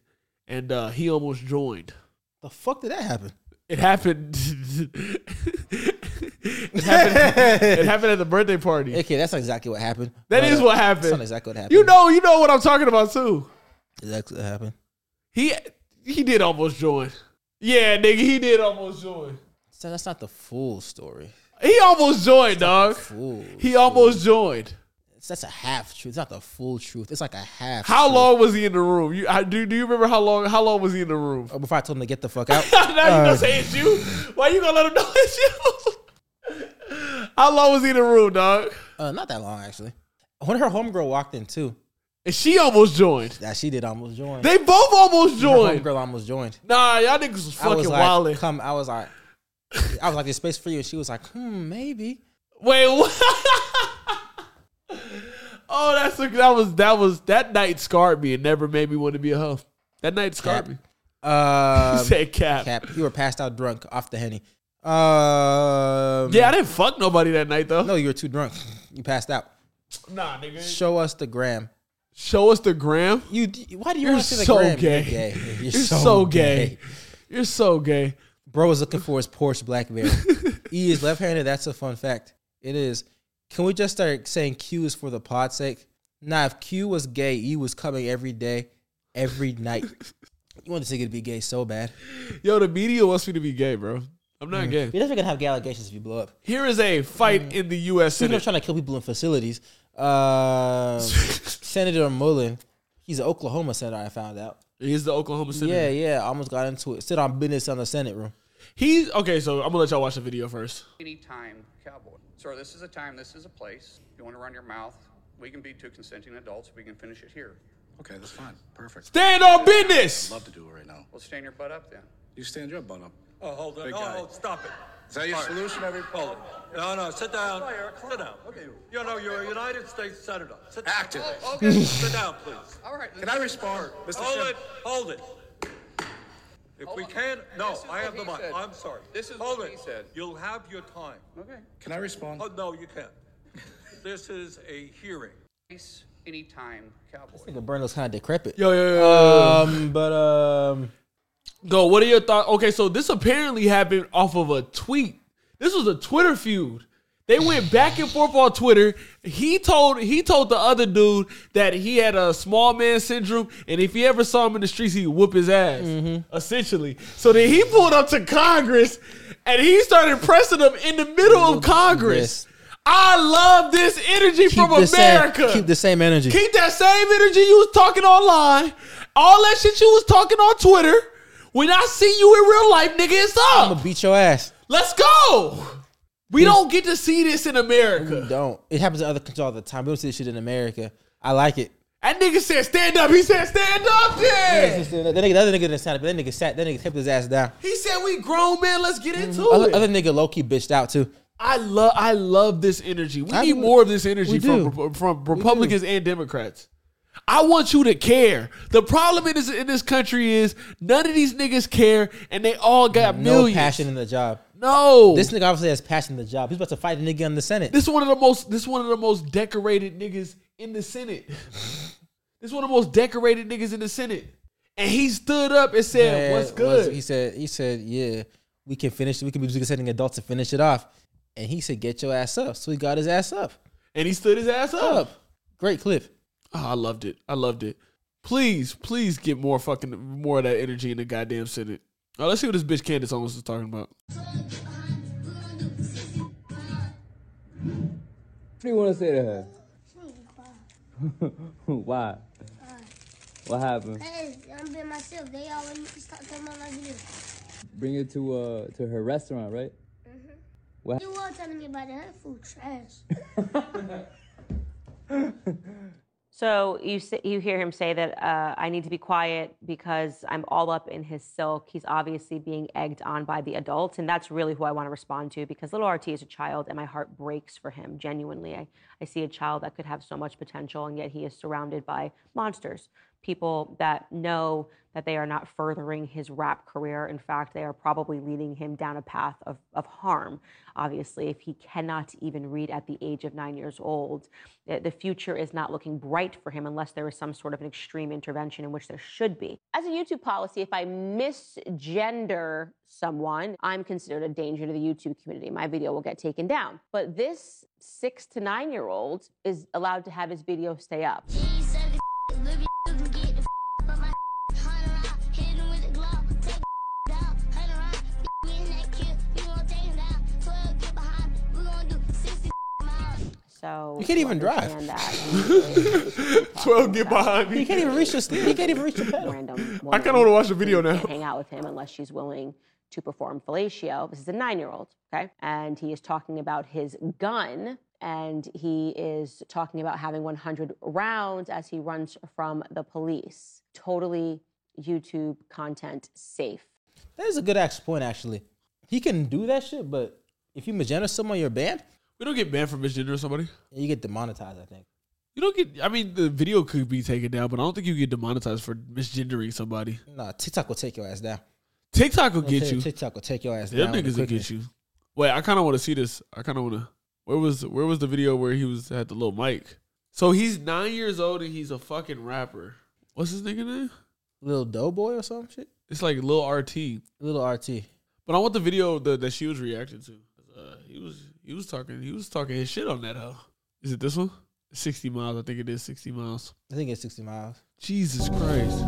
[SPEAKER 2] and uh, he almost joined.
[SPEAKER 3] The fuck did that happen?
[SPEAKER 2] It happened. it happened. It happened at the birthday party.
[SPEAKER 3] Okay, that's not exactly what happened.
[SPEAKER 2] That is what
[SPEAKER 3] That's not
[SPEAKER 2] happened.
[SPEAKER 3] exactly what happened.
[SPEAKER 2] You know, you know what I'm talking about too.
[SPEAKER 3] exactly what happened.
[SPEAKER 2] He he did almost join. Yeah, nigga, he did almost join.
[SPEAKER 3] So that's not the full story.
[SPEAKER 2] He almost joined, dog.
[SPEAKER 3] Full.
[SPEAKER 2] He almost joined.
[SPEAKER 3] That's a half truth. It's not the full truth. It's like a half.
[SPEAKER 2] How
[SPEAKER 3] truth.
[SPEAKER 2] long was he in the room? You, I, do do you remember how long? How long was he in the room?
[SPEAKER 3] Oh, Before I told him to get the fuck out.
[SPEAKER 2] now you gonna say it's you? Why you gonna let him know it's you? How long was he in the room, dog?
[SPEAKER 3] Uh, not that long actually. When her homegirl walked in too,
[SPEAKER 2] And she almost joined.
[SPEAKER 3] that she did almost join.
[SPEAKER 2] They both almost
[SPEAKER 3] her
[SPEAKER 2] joined.
[SPEAKER 3] homegirl almost joined.
[SPEAKER 2] Nah, y'all niggas was
[SPEAKER 3] I
[SPEAKER 2] fucking
[SPEAKER 3] was like,
[SPEAKER 2] wildin'.
[SPEAKER 3] come. I was like, I was like, there's space for you, and she was like, hmm, maybe.
[SPEAKER 2] Wait, what? oh, that's a, that was that was that night scarred me and never made me want to be a hoe. That night scarred
[SPEAKER 3] Cap.
[SPEAKER 2] me.
[SPEAKER 3] Um,
[SPEAKER 2] Said cap.
[SPEAKER 3] cap, you were passed out drunk off the henny. Um,
[SPEAKER 2] Yeah, I didn't fuck nobody that night though.
[SPEAKER 3] No, you were too drunk. You passed out.
[SPEAKER 2] Nah, nigga.
[SPEAKER 3] Show us the gram.
[SPEAKER 2] Show us the gram.
[SPEAKER 3] You. d- Why do you
[SPEAKER 2] You're
[SPEAKER 3] want to see the
[SPEAKER 2] so
[SPEAKER 3] gram?
[SPEAKER 2] gay.
[SPEAKER 3] You're gay. You're,
[SPEAKER 2] You're so, gay. You're so gay.
[SPEAKER 3] Bro was looking for his Porsche Blackberry. e is left-handed. That's a fun fact. It is. Can we just start saying Q is for the pod's sake? Nah, if Q was gay, E was coming every day, every night. You want this nigga to be gay so bad.
[SPEAKER 2] Yo, the media wants me to be gay, bro. I'm not
[SPEAKER 3] Mm.
[SPEAKER 2] gay.
[SPEAKER 3] You're definitely gonna have gay allegations if you blow up.
[SPEAKER 2] Here is a fight in the U.S.
[SPEAKER 3] People are
[SPEAKER 2] Senate.
[SPEAKER 3] trying to kill people in facilities. Uh, Senator Mullen, he's an Oklahoma senator. I found out.
[SPEAKER 2] He's the Oklahoma Senator.
[SPEAKER 3] Yeah, yeah. I almost got into it. Sit on business on the Senate room.
[SPEAKER 2] He's okay. So I'm gonna let y'all watch the video first.
[SPEAKER 6] any time cowboy. Sir, this is a time, this is a place. If you want to run your mouth, we can be two consenting adults. We can finish it here.
[SPEAKER 7] Okay, that's fine. Perfect.
[SPEAKER 2] Stand on business.
[SPEAKER 7] Love to do it right now.
[SPEAKER 6] Well, stand your butt up then.
[SPEAKER 7] You stand your butt up.
[SPEAKER 8] Oh, hold on.
[SPEAKER 7] Big
[SPEAKER 8] Oh,
[SPEAKER 7] guy.
[SPEAKER 8] oh, stop it.
[SPEAKER 7] Is that your
[SPEAKER 8] All right.
[SPEAKER 7] solution, every
[SPEAKER 8] Hold it. No, no, sit down. Sit down. Okay. You know, you're a United States Senator. Sit down. Oh,
[SPEAKER 7] Active.
[SPEAKER 8] Sit down, please.
[SPEAKER 6] Oh, All right.
[SPEAKER 7] Can I respond, Mr.
[SPEAKER 8] Hold
[SPEAKER 7] Chairman?
[SPEAKER 8] it. Hold it. If we
[SPEAKER 6] Hold on.
[SPEAKER 8] can, no,
[SPEAKER 6] This is
[SPEAKER 8] I have the
[SPEAKER 6] what he
[SPEAKER 8] mic.
[SPEAKER 6] said.
[SPEAKER 8] I'm sorry.
[SPEAKER 6] This is
[SPEAKER 8] Hold
[SPEAKER 6] what
[SPEAKER 8] it.
[SPEAKER 6] he said.
[SPEAKER 8] You'll have your time.
[SPEAKER 6] Okay.
[SPEAKER 7] Can I respond?
[SPEAKER 8] Oh, no, you can't. This is a hearing.
[SPEAKER 6] Place, any time cowboy.
[SPEAKER 3] The burn looks kind of decrepit.
[SPEAKER 2] Yo, yo, yo, yo.
[SPEAKER 3] Um, but um,
[SPEAKER 2] Go. What are your thoughts? Okay, so this apparently happened off of a tweet. This was a Twitter feud. They went back and forth on Twitter. He told he told the other dude that he had a small man syndrome, and if he ever saw him in the streets, he'd whoop his ass. Essentially, so then he pulled up to Congress, and he started pressing them in the middle of Congress.
[SPEAKER 3] Yes.
[SPEAKER 2] I love this energy from
[SPEAKER 3] the
[SPEAKER 2] America.
[SPEAKER 3] Same, keep the same energy.
[SPEAKER 2] Keep that same energy you was talking online, all that shit you was talking on Twitter. When I see you in real life, nigga, it's
[SPEAKER 3] I'm gonna
[SPEAKER 2] up.
[SPEAKER 3] beat your ass.
[SPEAKER 2] Let's go. We don't get to see this in
[SPEAKER 3] You
[SPEAKER 2] America.
[SPEAKER 3] don't. It happens in other countries all the time. We don't see this shit in America. I like it.
[SPEAKER 2] That nigga said stand up. He said stand up
[SPEAKER 3] That
[SPEAKER 2] then.
[SPEAKER 3] nigga, that nigga didn't stand up. That nigga sat. That nigga kept his ass down.
[SPEAKER 2] He said we grown man. Let's get into
[SPEAKER 3] Other,
[SPEAKER 2] it.
[SPEAKER 3] other nigga low key bitched out too.
[SPEAKER 2] I love I love this energy. We
[SPEAKER 3] I
[SPEAKER 2] need
[SPEAKER 3] do.
[SPEAKER 2] more of this energy
[SPEAKER 3] We
[SPEAKER 2] from
[SPEAKER 3] do.
[SPEAKER 2] Repu- from Republicans and Democrats. I want you to care. The problem in this, in this country is none of these niggas care, and they all got
[SPEAKER 3] No
[SPEAKER 2] millions.
[SPEAKER 3] passion in the job.
[SPEAKER 2] No,
[SPEAKER 3] This nigga obviously has passion in the job. He's about to fight a nigga in the Senate.
[SPEAKER 2] This one of the most. This one of the most decorated niggas in the Senate. this one of the most decorated niggas in the Senate, and he stood up and said,
[SPEAKER 3] Yeah,
[SPEAKER 2] "What's
[SPEAKER 3] was-
[SPEAKER 2] good?"
[SPEAKER 3] he said. He said, "Yeah, we can finish. We can be consenting adults to finish it off." And he said, "Get your ass up." So he got his ass up.
[SPEAKER 2] and he stood his ass up.
[SPEAKER 3] Up. Great clip.
[SPEAKER 2] Oh, I loved it. I loved it. Please, please get more fucking more of that energy in the goddamn Senate. Oh, let's see what this bitch Candace Owens is talking about.
[SPEAKER 9] What do you want to say to her? Why? What happened?
[SPEAKER 10] Hey, I'm by myself. They always need to stop talking about like this.
[SPEAKER 9] Bring it to uh to her restaurant, right?
[SPEAKER 10] You were telling me about that food trash.
[SPEAKER 11] So you s- you hear him say that uh, I need to be quiet because I'm all up in his silk. He's obviously being egged on by the adults, and that's really who I want to respond to because little RT is a child, and my heart breaks for him. Genuinely, I, I see a child that could have so much potential, and yet he is surrounded by monsters, people that know that they are not furthering his rap career. In fact, they are probably leading him down a path of, of harm. Obviously, if he cannot even read at the age of nine years old, eh, the the future is not looking bright for him unless there is some sort of an extreme intervention in which there should be. As a YouTube policy, if I misgender someone, I'm considered a danger to the YouTube community. My video will get taken down. But this six to nine year old is allowed to have his video stay up.
[SPEAKER 10] These other little couldn't get the but my hunt around, hit him with a glove, take down, hunt around, we in that kill, we gonna take him down. Twelve get behind, we gonna do sixty miles.
[SPEAKER 11] So
[SPEAKER 3] You can't even drive.
[SPEAKER 11] understand that.
[SPEAKER 2] Twelve, get behind me.
[SPEAKER 3] He can't even reach the steer. He can't even reach the pedal.
[SPEAKER 11] Random
[SPEAKER 2] I kinda wanna
[SPEAKER 11] woman
[SPEAKER 2] watch the video
[SPEAKER 11] who
[SPEAKER 2] now.
[SPEAKER 11] Hang out with him unless she's willing to perform fellatio. This is a nine-year-old, okay? And he is talking about his gun, and he is talking about having 100 rounds as he runs from the police. Totally YouTube content safe.
[SPEAKER 3] That is a good act point, actually. He can do that shit, but if you misgender someone, you're banned.
[SPEAKER 2] We don't get banned for misgender or somebody.
[SPEAKER 3] You get demonetized, I think.
[SPEAKER 2] You don't get. I mean, the video could be taken down, but I don't think you get demonetized for misgendering somebody.
[SPEAKER 3] Nah, TikTok will take your ass down.
[SPEAKER 2] TikTok will get
[SPEAKER 3] Tik-
[SPEAKER 2] you.
[SPEAKER 3] TikTok will take your ass
[SPEAKER 2] Them
[SPEAKER 3] down.
[SPEAKER 2] niggas will get you. Wait, I kind of want to see this. I kind of want to. Where was where was the video where he was had the little mic? So he's nine years old and he's a fucking rapper. What's his nigga name?
[SPEAKER 3] Little Doughboy or some shit?
[SPEAKER 2] It's like Lil RT.
[SPEAKER 3] Little RT.
[SPEAKER 2] But I want the video the, that she was reacting to. Uh, he was he was talking he was talking his shit on that hoe. Is it this one? Sixty miles, I think it is sixty miles.
[SPEAKER 3] I think it's 60 miles.
[SPEAKER 2] Jesus Christ.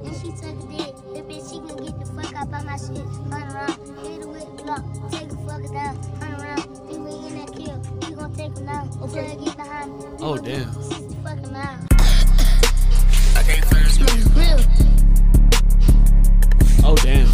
[SPEAKER 10] Then she suck dick, the bitch she can get the fuck up on my shit, hunt around, hit her with a glove, up, take a fucker down, turn around, be we in that kill, we gon' take him down, okay. get behind, me, we
[SPEAKER 2] Oh,
[SPEAKER 10] gon'
[SPEAKER 2] damn.
[SPEAKER 10] do 60 fucking miles. This is real.
[SPEAKER 2] Oh damn.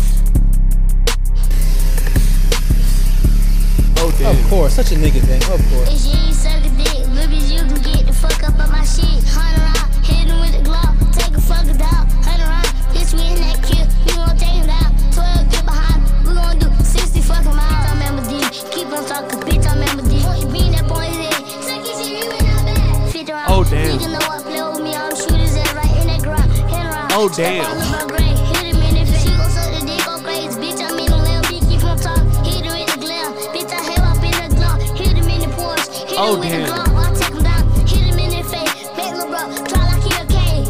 [SPEAKER 2] Oh damn.
[SPEAKER 3] Of course, such a nigga thing. Of course.
[SPEAKER 10] If you ain't suck a dick, baby, you can get the fuck up on my shit. Hunt around, hit him with a glove, take a fucking dog. Hunt around, bitch, we in that kill, we gon' take him down. 12, get behind, me, we gon' do 60 fucking miles. I'm Emma D, keep on talking, bitch, I'm Emma D. You being that boy, his head. Suck his shit, you ain't not bad. Fit around,
[SPEAKER 2] Oh, damn.
[SPEAKER 10] You know what, play with me, I'm shooters at right in that ground. Hit around,
[SPEAKER 2] Oh,
[SPEAKER 10] step
[SPEAKER 2] damn.
[SPEAKER 10] all in my brain, hit him in the face. She gon' suck the dick, go crazy, bitch, I'm in the lil' bitch, keep on talking, hit her in the glare. Bitch, I hell up in the glove, hit him in the porch, hit Hit
[SPEAKER 2] Oh,
[SPEAKER 10] him with a
[SPEAKER 2] damn.
[SPEAKER 10] glove, I take him down, hit him in the face, make him bro, try like he a K.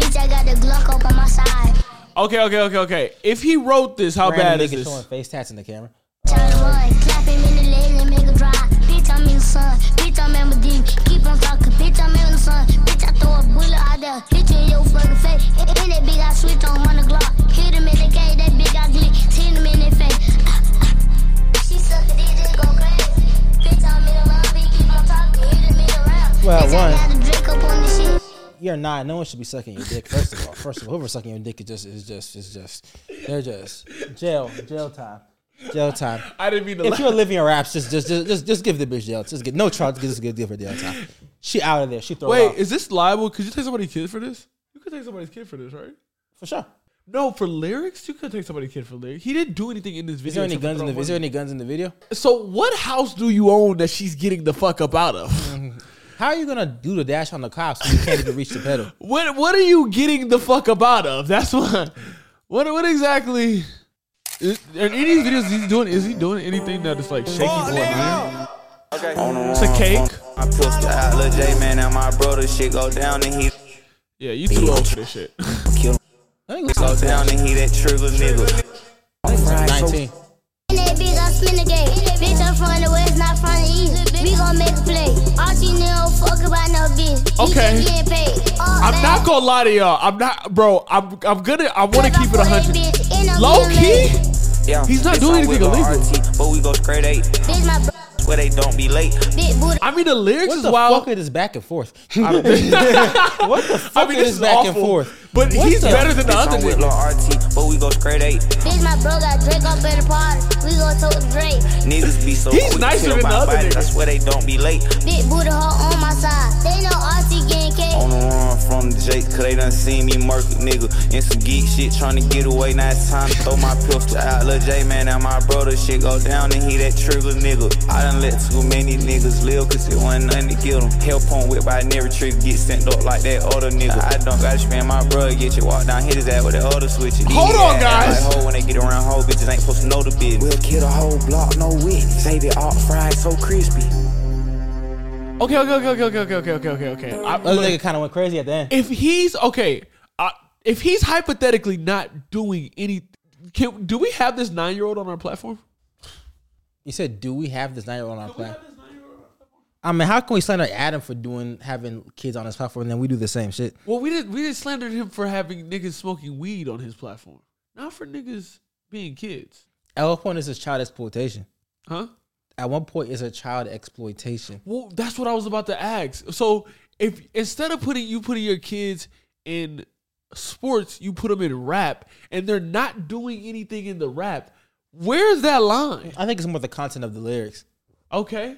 [SPEAKER 10] Bitch, I got the Glock up on my side.
[SPEAKER 2] Okay, okay, okay, okay. If he wrote this, how
[SPEAKER 3] Random
[SPEAKER 2] bad is
[SPEAKER 3] nigga showing
[SPEAKER 2] this?
[SPEAKER 3] face tats in the camera.
[SPEAKER 10] Trying to run, clap him in the leg and make him dry. Bitch, I'm in the sun, bitch, I'm in my deep. Keep on talking, bitch, I'm in the sun. Bitch, I throw a bullet out there, hit you in your fucking face. Hit hit that big, I switch on, run the Glock. Hit him in the K, that big, I glitch, hit him in the face. Ah, ah. She suck the dick, then go crazy. Bitch, I'm in the love, bitch, keep on talking, hit him in the round.
[SPEAKER 3] Well,
[SPEAKER 10] bitch,
[SPEAKER 3] one-
[SPEAKER 10] I got the Drake up on the shit.
[SPEAKER 3] You're not. No one should be sucking your dick. First of all, first of all, whoever's sucking your dick is just is just is just they're just jail jail time jail time.
[SPEAKER 2] I didn't mean to.
[SPEAKER 3] If
[SPEAKER 2] Laugh.
[SPEAKER 3] you're living your raps, just just just just, just give the bitch jail. Just get no charge. Just give, give her jail time. She out of there. She throw it
[SPEAKER 2] Wait,
[SPEAKER 3] out.
[SPEAKER 2] is this liable? Could you take somebody's kid for this? You could take somebody's kid for this, right?
[SPEAKER 3] for sure.
[SPEAKER 2] No, for lyrics, you could take somebody's kid for lyrics. He didn't do anything in this video.
[SPEAKER 3] Is there any
[SPEAKER 2] except for
[SPEAKER 3] guns in
[SPEAKER 2] throw
[SPEAKER 3] the? Is there
[SPEAKER 2] money.
[SPEAKER 3] any guns in the video?
[SPEAKER 2] So what house do you own that she's getting the fuck up out
[SPEAKER 3] Mm.
[SPEAKER 2] of?
[SPEAKER 3] How are you gonna do the dash on the cops when you can't even reach the pedal?
[SPEAKER 2] what What are you getting the fuck up out of? That's what. What What exactly? Is, are any of these videos he's doing? Is he doing anything that is like shaky boy? Man? It's a cake.
[SPEAKER 12] I pushed out Lil J man and my brother shit go down and he
[SPEAKER 2] Yeah, you too old for this shit.
[SPEAKER 12] kill go down and he that trigger nigga.
[SPEAKER 3] Nineteen.
[SPEAKER 10] In that big, I spin the game. Bitch, I'm from the west, not from the east. We gon' make a play. All she knew, don't fuck about no bitch. She
[SPEAKER 2] Okay.
[SPEAKER 10] just getting paid. All
[SPEAKER 2] I'm
[SPEAKER 10] bad.
[SPEAKER 2] not gonna lie to y'all. I'm not, bro. I'm I'm gonna. I want to keep it hundred.
[SPEAKER 10] Bitch, and I'm
[SPEAKER 2] Low
[SPEAKER 10] real
[SPEAKER 2] key.
[SPEAKER 10] late.
[SPEAKER 12] Yeah,
[SPEAKER 2] He's not
[SPEAKER 12] bitch,
[SPEAKER 2] doing
[SPEAKER 12] I'm with
[SPEAKER 2] anything
[SPEAKER 12] my
[SPEAKER 2] illegal.
[SPEAKER 12] RT, but we go straight eight.
[SPEAKER 10] Bitch, my bro,
[SPEAKER 12] Where they don't be late.
[SPEAKER 10] big booty.
[SPEAKER 2] I mean, the lyrics
[SPEAKER 3] What
[SPEAKER 2] is
[SPEAKER 3] the
[SPEAKER 2] wild.
[SPEAKER 3] fuck is this back and forth?
[SPEAKER 2] I don't think-
[SPEAKER 3] What the
[SPEAKER 2] I
[SPEAKER 3] fuck
[SPEAKER 2] mean,
[SPEAKER 3] is
[SPEAKER 2] this
[SPEAKER 3] this
[SPEAKER 2] is
[SPEAKER 3] back and
[SPEAKER 2] awful,
[SPEAKER 3] forth?
[SPEAKER 2] but
[SPEAKER 3] What
[SPEAKER 2] he's
[SPEAKER 3] the-
[SPEAKER 2] better than the
[SPEAKER 12] Bitch,
[SPEAKER 2] other
[SPEAKER 12] I'm with
[SPEAKER 2] nigga.
[SPEAKER 12] Lil RT, but we go straight eight.
[SPEAKER 10] Bitch, my bro got Drake up in the party. We gon' tote Drake.
[SPEAKER 12] Niggas be so
[SPEAKER 2] He's
[SPEAKER 12] quick
[SPEAKER 2] nicer
[SPEAKER 12] to
[SPEAKER 2] than
[SPEAKER 12] my
[SPEAKER 2] the other
[SPEAKER 12] body.
[SPEAKER 2] nigga.
[SPEAKER 12] That's where they don't be late.
[SPEAKER 10] Big booty hole on my side. They know RC getting cake.
[SPEAKER 2] Oh,
[SPEAKER 12] On the run from the Jake, cause they done seen me murk a nigga. And some geek shit tryna get away. Now it's time to throw my pistol out. Lil J man and my brother shit go down and he that trigger nigga. I done let too many niggas live cause it wasn't nothing to kill them. Hell point whip by never trigger get sent up like that other nigga. I don't gotta spend my brother, get you walk down, hit his ass with that other switch. These
[SPEAKER 2] Hold on,
[SPEAKER 12] niggas act
[SPEAKER 2] guys.
[SPEAKER 12] Like hoe when they get around hoe bitches ain't supposed to know the business. We'll kill the whole block, no witness. Save it all fried so crispy.
[SPEAKER 2] Okay, okay, okay, okay, okay, okay, okay, okay, okay, okay. I,
[SPEAKER 3] Other
[SPEAKER 2] look,
[SPEAKER 3] nigga kind of went crazy at the end.
[SPEAKER 2] if he's okay, uh, if he's hypothetically not doing any, can, do we have this nine-year-old on our platform?
[SPEAKER 3] He said, "Do we have this night on our plan?" I mean, how can we slander Adam for doing having kids on his platform and then we do the same shit?
[SPEAKER 2] Well, we did. We did slander him for having niggas smoking weed on his platform, not for niggas being kids,
[SPEAKER 3] At what point is this child exploitation?
[SPEAKER 2] huh?
[SPEAKER 3] At one point is a child exploitation.
[SPEAKER 2] Well, that's what I was about to ask. So, if instead of putting you putting your kids in sports, you put them in rap, and they're not doing anything in the rap. Where's that line?
[SPEAKER 3] I think it's more the content of the lyrics.
[SPEAKER 2] Okay,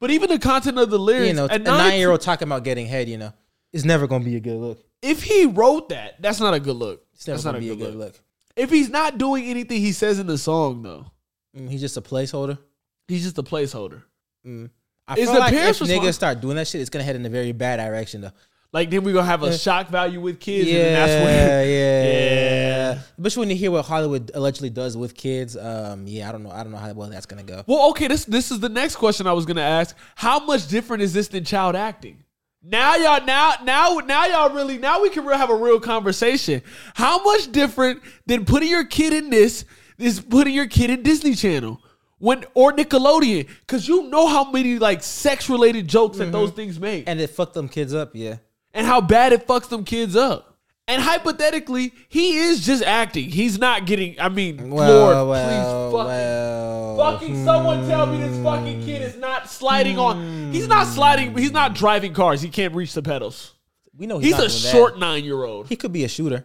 [SPEAKER 2] but even the content of the lyrics,
[SPEAKER 3] You know, a
[SPEAKER 2] a nine-
[SPEAKER 3] nine-year-old talking about getting head, you know, it's never gonna be a good look.
[SPEAKER 2] if he wrote that, that's not a good look.
[SPEAKER 3] It's never
[SPEAKER 2] That's not
[SPEAKER 3] gonna
[SPEAKER 2] a
[SPEAKER 3] be
[SPEAKER 2] good,
[SPEAKER 3] a good
[SPEAKER 2] look.
[SPEAKER 3] look.
[SPEAKER 2] If he's not doing anything he says in the song, though,
[SPEAKER 3] Mm, He's just a placeholder.
[SPEAKER 2] he's just a placeholder.
[SPEAKER 3] Mm. I
[SPEAKER 2] Is
[SPEAKER 3] feel
[SPEAKER 2] the
[SPEAKER 3] like if
[SPEAKER 2] parents' respons-
[SPEAKER 3] niggas start doing that shit, it's gonna head in a very bad direction though.
[SPEAKER 2] Like then we're gonna have a
[SPEAKER 3] Yeah.
[SPEAKER 2] shock value with kids,
[SPEAKER 3] yeah,
[SPEAKER 2] and that's when
[SPEAKER 3] yeah,
[SPEAKER 2] Yeah.
[SPEAKER 3] But when you hear what Hollywood allegedly does with kids, um, yeah, I don't know, I don't know how well that's gonna go.
[SPEAKER 2] Well, okay, this this is the next question I was gonna ask. How much different is this than child acting? Now y'all now now now y'all really now we can real have a real conversation. How much different than putting your kid in this is putting your kid in Disney Channel when or Nickelodeon? Cause you know how many like sex related jokes that
[SPEAKER 3] Mm-hmm.
[SPEAKER 2] those things make.
[SPEAKER 3] And it fucked them kids up, yeah.
[SPEAKER 2] and how bad it fucks them kids up. And hypothetically, he is just acting. He's not getting. I mean,
[SPEAKER 3] Well,
[SPEAKER 2] Lord,
[SPEAKER 3] well,
[SPEAKER 2] please fucking
[SPEAKER 3] well,
[SPEAKER 2] Fucking someone tell me this fucking kid is not sliding on. He's not sliding. He's not driving cars. He can't reach the pedals.
[SPEAKER 3] We know
[SPEAKER 2] he's,
[SPEAKER 3] not
[SPEAKER 2] a
[SPEAKER 3] doing that.
[SPEAKER 2] short nine year old.
[SPEAKER 3] He could be a shooter.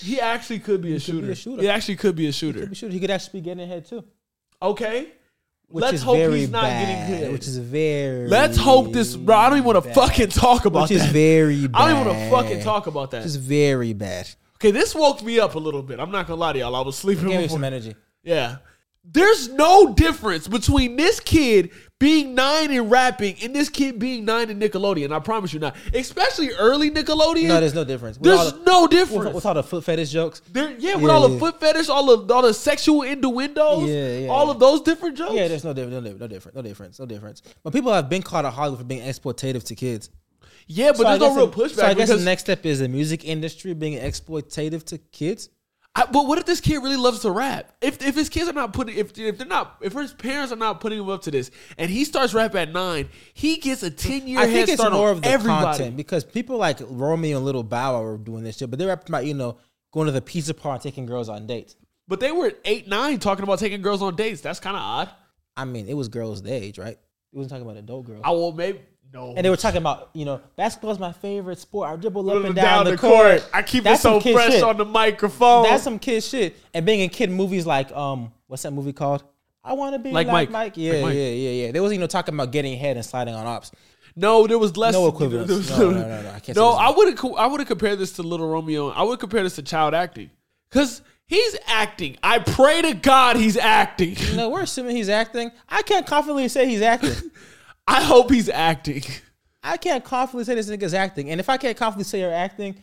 [SPEAKER 2] He actually could be a,
[SPEAKER 3] could
[SPEAKER 2] shooter.
[SPEAKER 3] be a shooter.
[SPEAKER 2] He actually could be a shooter.
[SPEAKER 3] He could, be a shooter. He could actually be getting in head too.
[SPEAKER 2] Okay.
[SPEAKER 3] Which
[SPEAKER 2] Let's
[SPEAKER 3] is
[SPEAKER 2] hope
[SPEAKER 3] very
[SPEAKER 2] he's not
[SPEAKER 3] bad,
[SPEAKER 2] getting hit.
[SPEAKER 3] Which is very.
[SPEAKER 2] Let's hope this. Bro, I don't even want to fucking talk about
[SPEAKER 3] Which is
[SPEAKER 2] that.
[SPEAKER 3] very. Bad.
[SPEAKER 2] I don't even want to fucking talk about that.
[SPEAKER 3] Which is very bad.
[SPEAKER 2] Okay, this woke me up a little bit. I'm not gonna lie to y'all. I was sleeping.
[SPEAKER 3] Give me
[SPEAKER 2] before-
[SPEAKER 3] some energy.
[SPEAKER 2] Yeah. There's no difference between this kid being nine and rapping and this kid being nine and Nickelodeon. I promise you not. Especially early Nickelodeon.
[SPEAKER 3] No, there's no difference. With all
[SPEAKER 2] There's
[SPEAKER 3] the-
[SPEAKER 2] no
[SPEAKER 3] With,
[SPEAKER 2] difference.
[SPEAKER 3] with all the foot fetish jokes.
[SPEAKER 2] There- yeah, with
[SPEAKER 3] Yeah,
[SPEAKER 2] all the
[SPEAKER 3] yeah.
[SPEAKER 2] foot fetish, all the all the sexual innuendos,
[SPEAKER 3] Yeah, yeah,
[SPEAKER 2] all
[SPEAKER 3] yeah.
[SPEAKER 2] of those different jokes.
[SPEAKER 3] Yeah, there's no difference. No, difference. no difference. No difference. No difference. But people have been caught at Hollywood for being exploitative to kids.
[SPEAKER 2] Yeah, but
[SPEAKER 3] So I
[SPEAKER 2] there's no
[SPEAKER 3] guess
[SPEAKER 2] real
[SPEAKER 3] the-
[SPEAKER 2] pushback
[SPEAKER 3] So I guess the
[SPEAKER 2] because-
[SPEAKER 3] next step is the music industry being exploitative to kids.
[SPEAKER 2] I, but what if this kid really loves to rap? If if his kids are not putting if if they're not if his parents are not putting him up to this, and he starts rap at nine, he gets a ten year
[SPEAKER 3] I
[SPEAKER 2] head
[SPEAKER 3] think it's
[SPEAKER 2] start
[SPEAKER 3] more
[SPEAKER 2] on
[SPEAKER 3] of the
[SPEAKER 2] everybody.
[SPEAKER 3] content because people like Romeo and Little Bow Wow were doing this shit, but they rapping about you know going to the pizza parlor, and taking girls on dates.
[SPEAKER 2] But they were at eight nine talking about taking girls on dates. That's kind of odd.
[SPEAKER 3] I mean, it was girls' their age, right? It wasn't talking about adult girls.
[SPEAKER 2] I will maybe no.
[SPEAKER 3] and they were talking about, you know, basketball's my favorite sport. I dribble up
[SPEAKER 2] Down
[SPEAKER 3] and down, the,
[SPEAKER 2] court.
[SPEAKER 3] court.
[SPEAKER 2] I keep
[SPEAKER 3] That's
[SPEAKER 2] it so
[SPEAKER 3] some kid
[SPEAKER 2] fresh
[SPEAKER 3] shit.
[SPEAKER 2] on the microphone.
[SPEAKER 3] That's some kid shit. And being in kid movies like, um, what's that movie called? I want to be
[SPEAKER 2] Like
[SPEAKER 3] like,
[SPEAKER 2] Mike.
[SPEAKER 3] Mike. Yeah,
[SPEAKER 2] Like Mike.
[SPEAKER 3] yeah, yeah, yeah. They wasn't, you know, talking about getting head and sliding on ops.
[SPEAKER 2] No, there was less.
[SPEAKER 3] No equivalence.
[SPEAKER 2] there was-
[SPEAKER 3] No, no, no, no. I can't say
[SPEAKER 2] No,
[SPEAKER 3] this.
[SPEAKER 2] I would have. I would have compared this to Little Romeo. I would compare this to child acting because he's acting. I pray to God he's acting.
[SPEAKER 3] No, we're assuming he's acting. I can't confidently say he's acting.
[SPEAKER 2] I hope he's acting.
[SPEAKER 3] I can't confidently say this nigga's acting. And if I can't confidently say you're acting,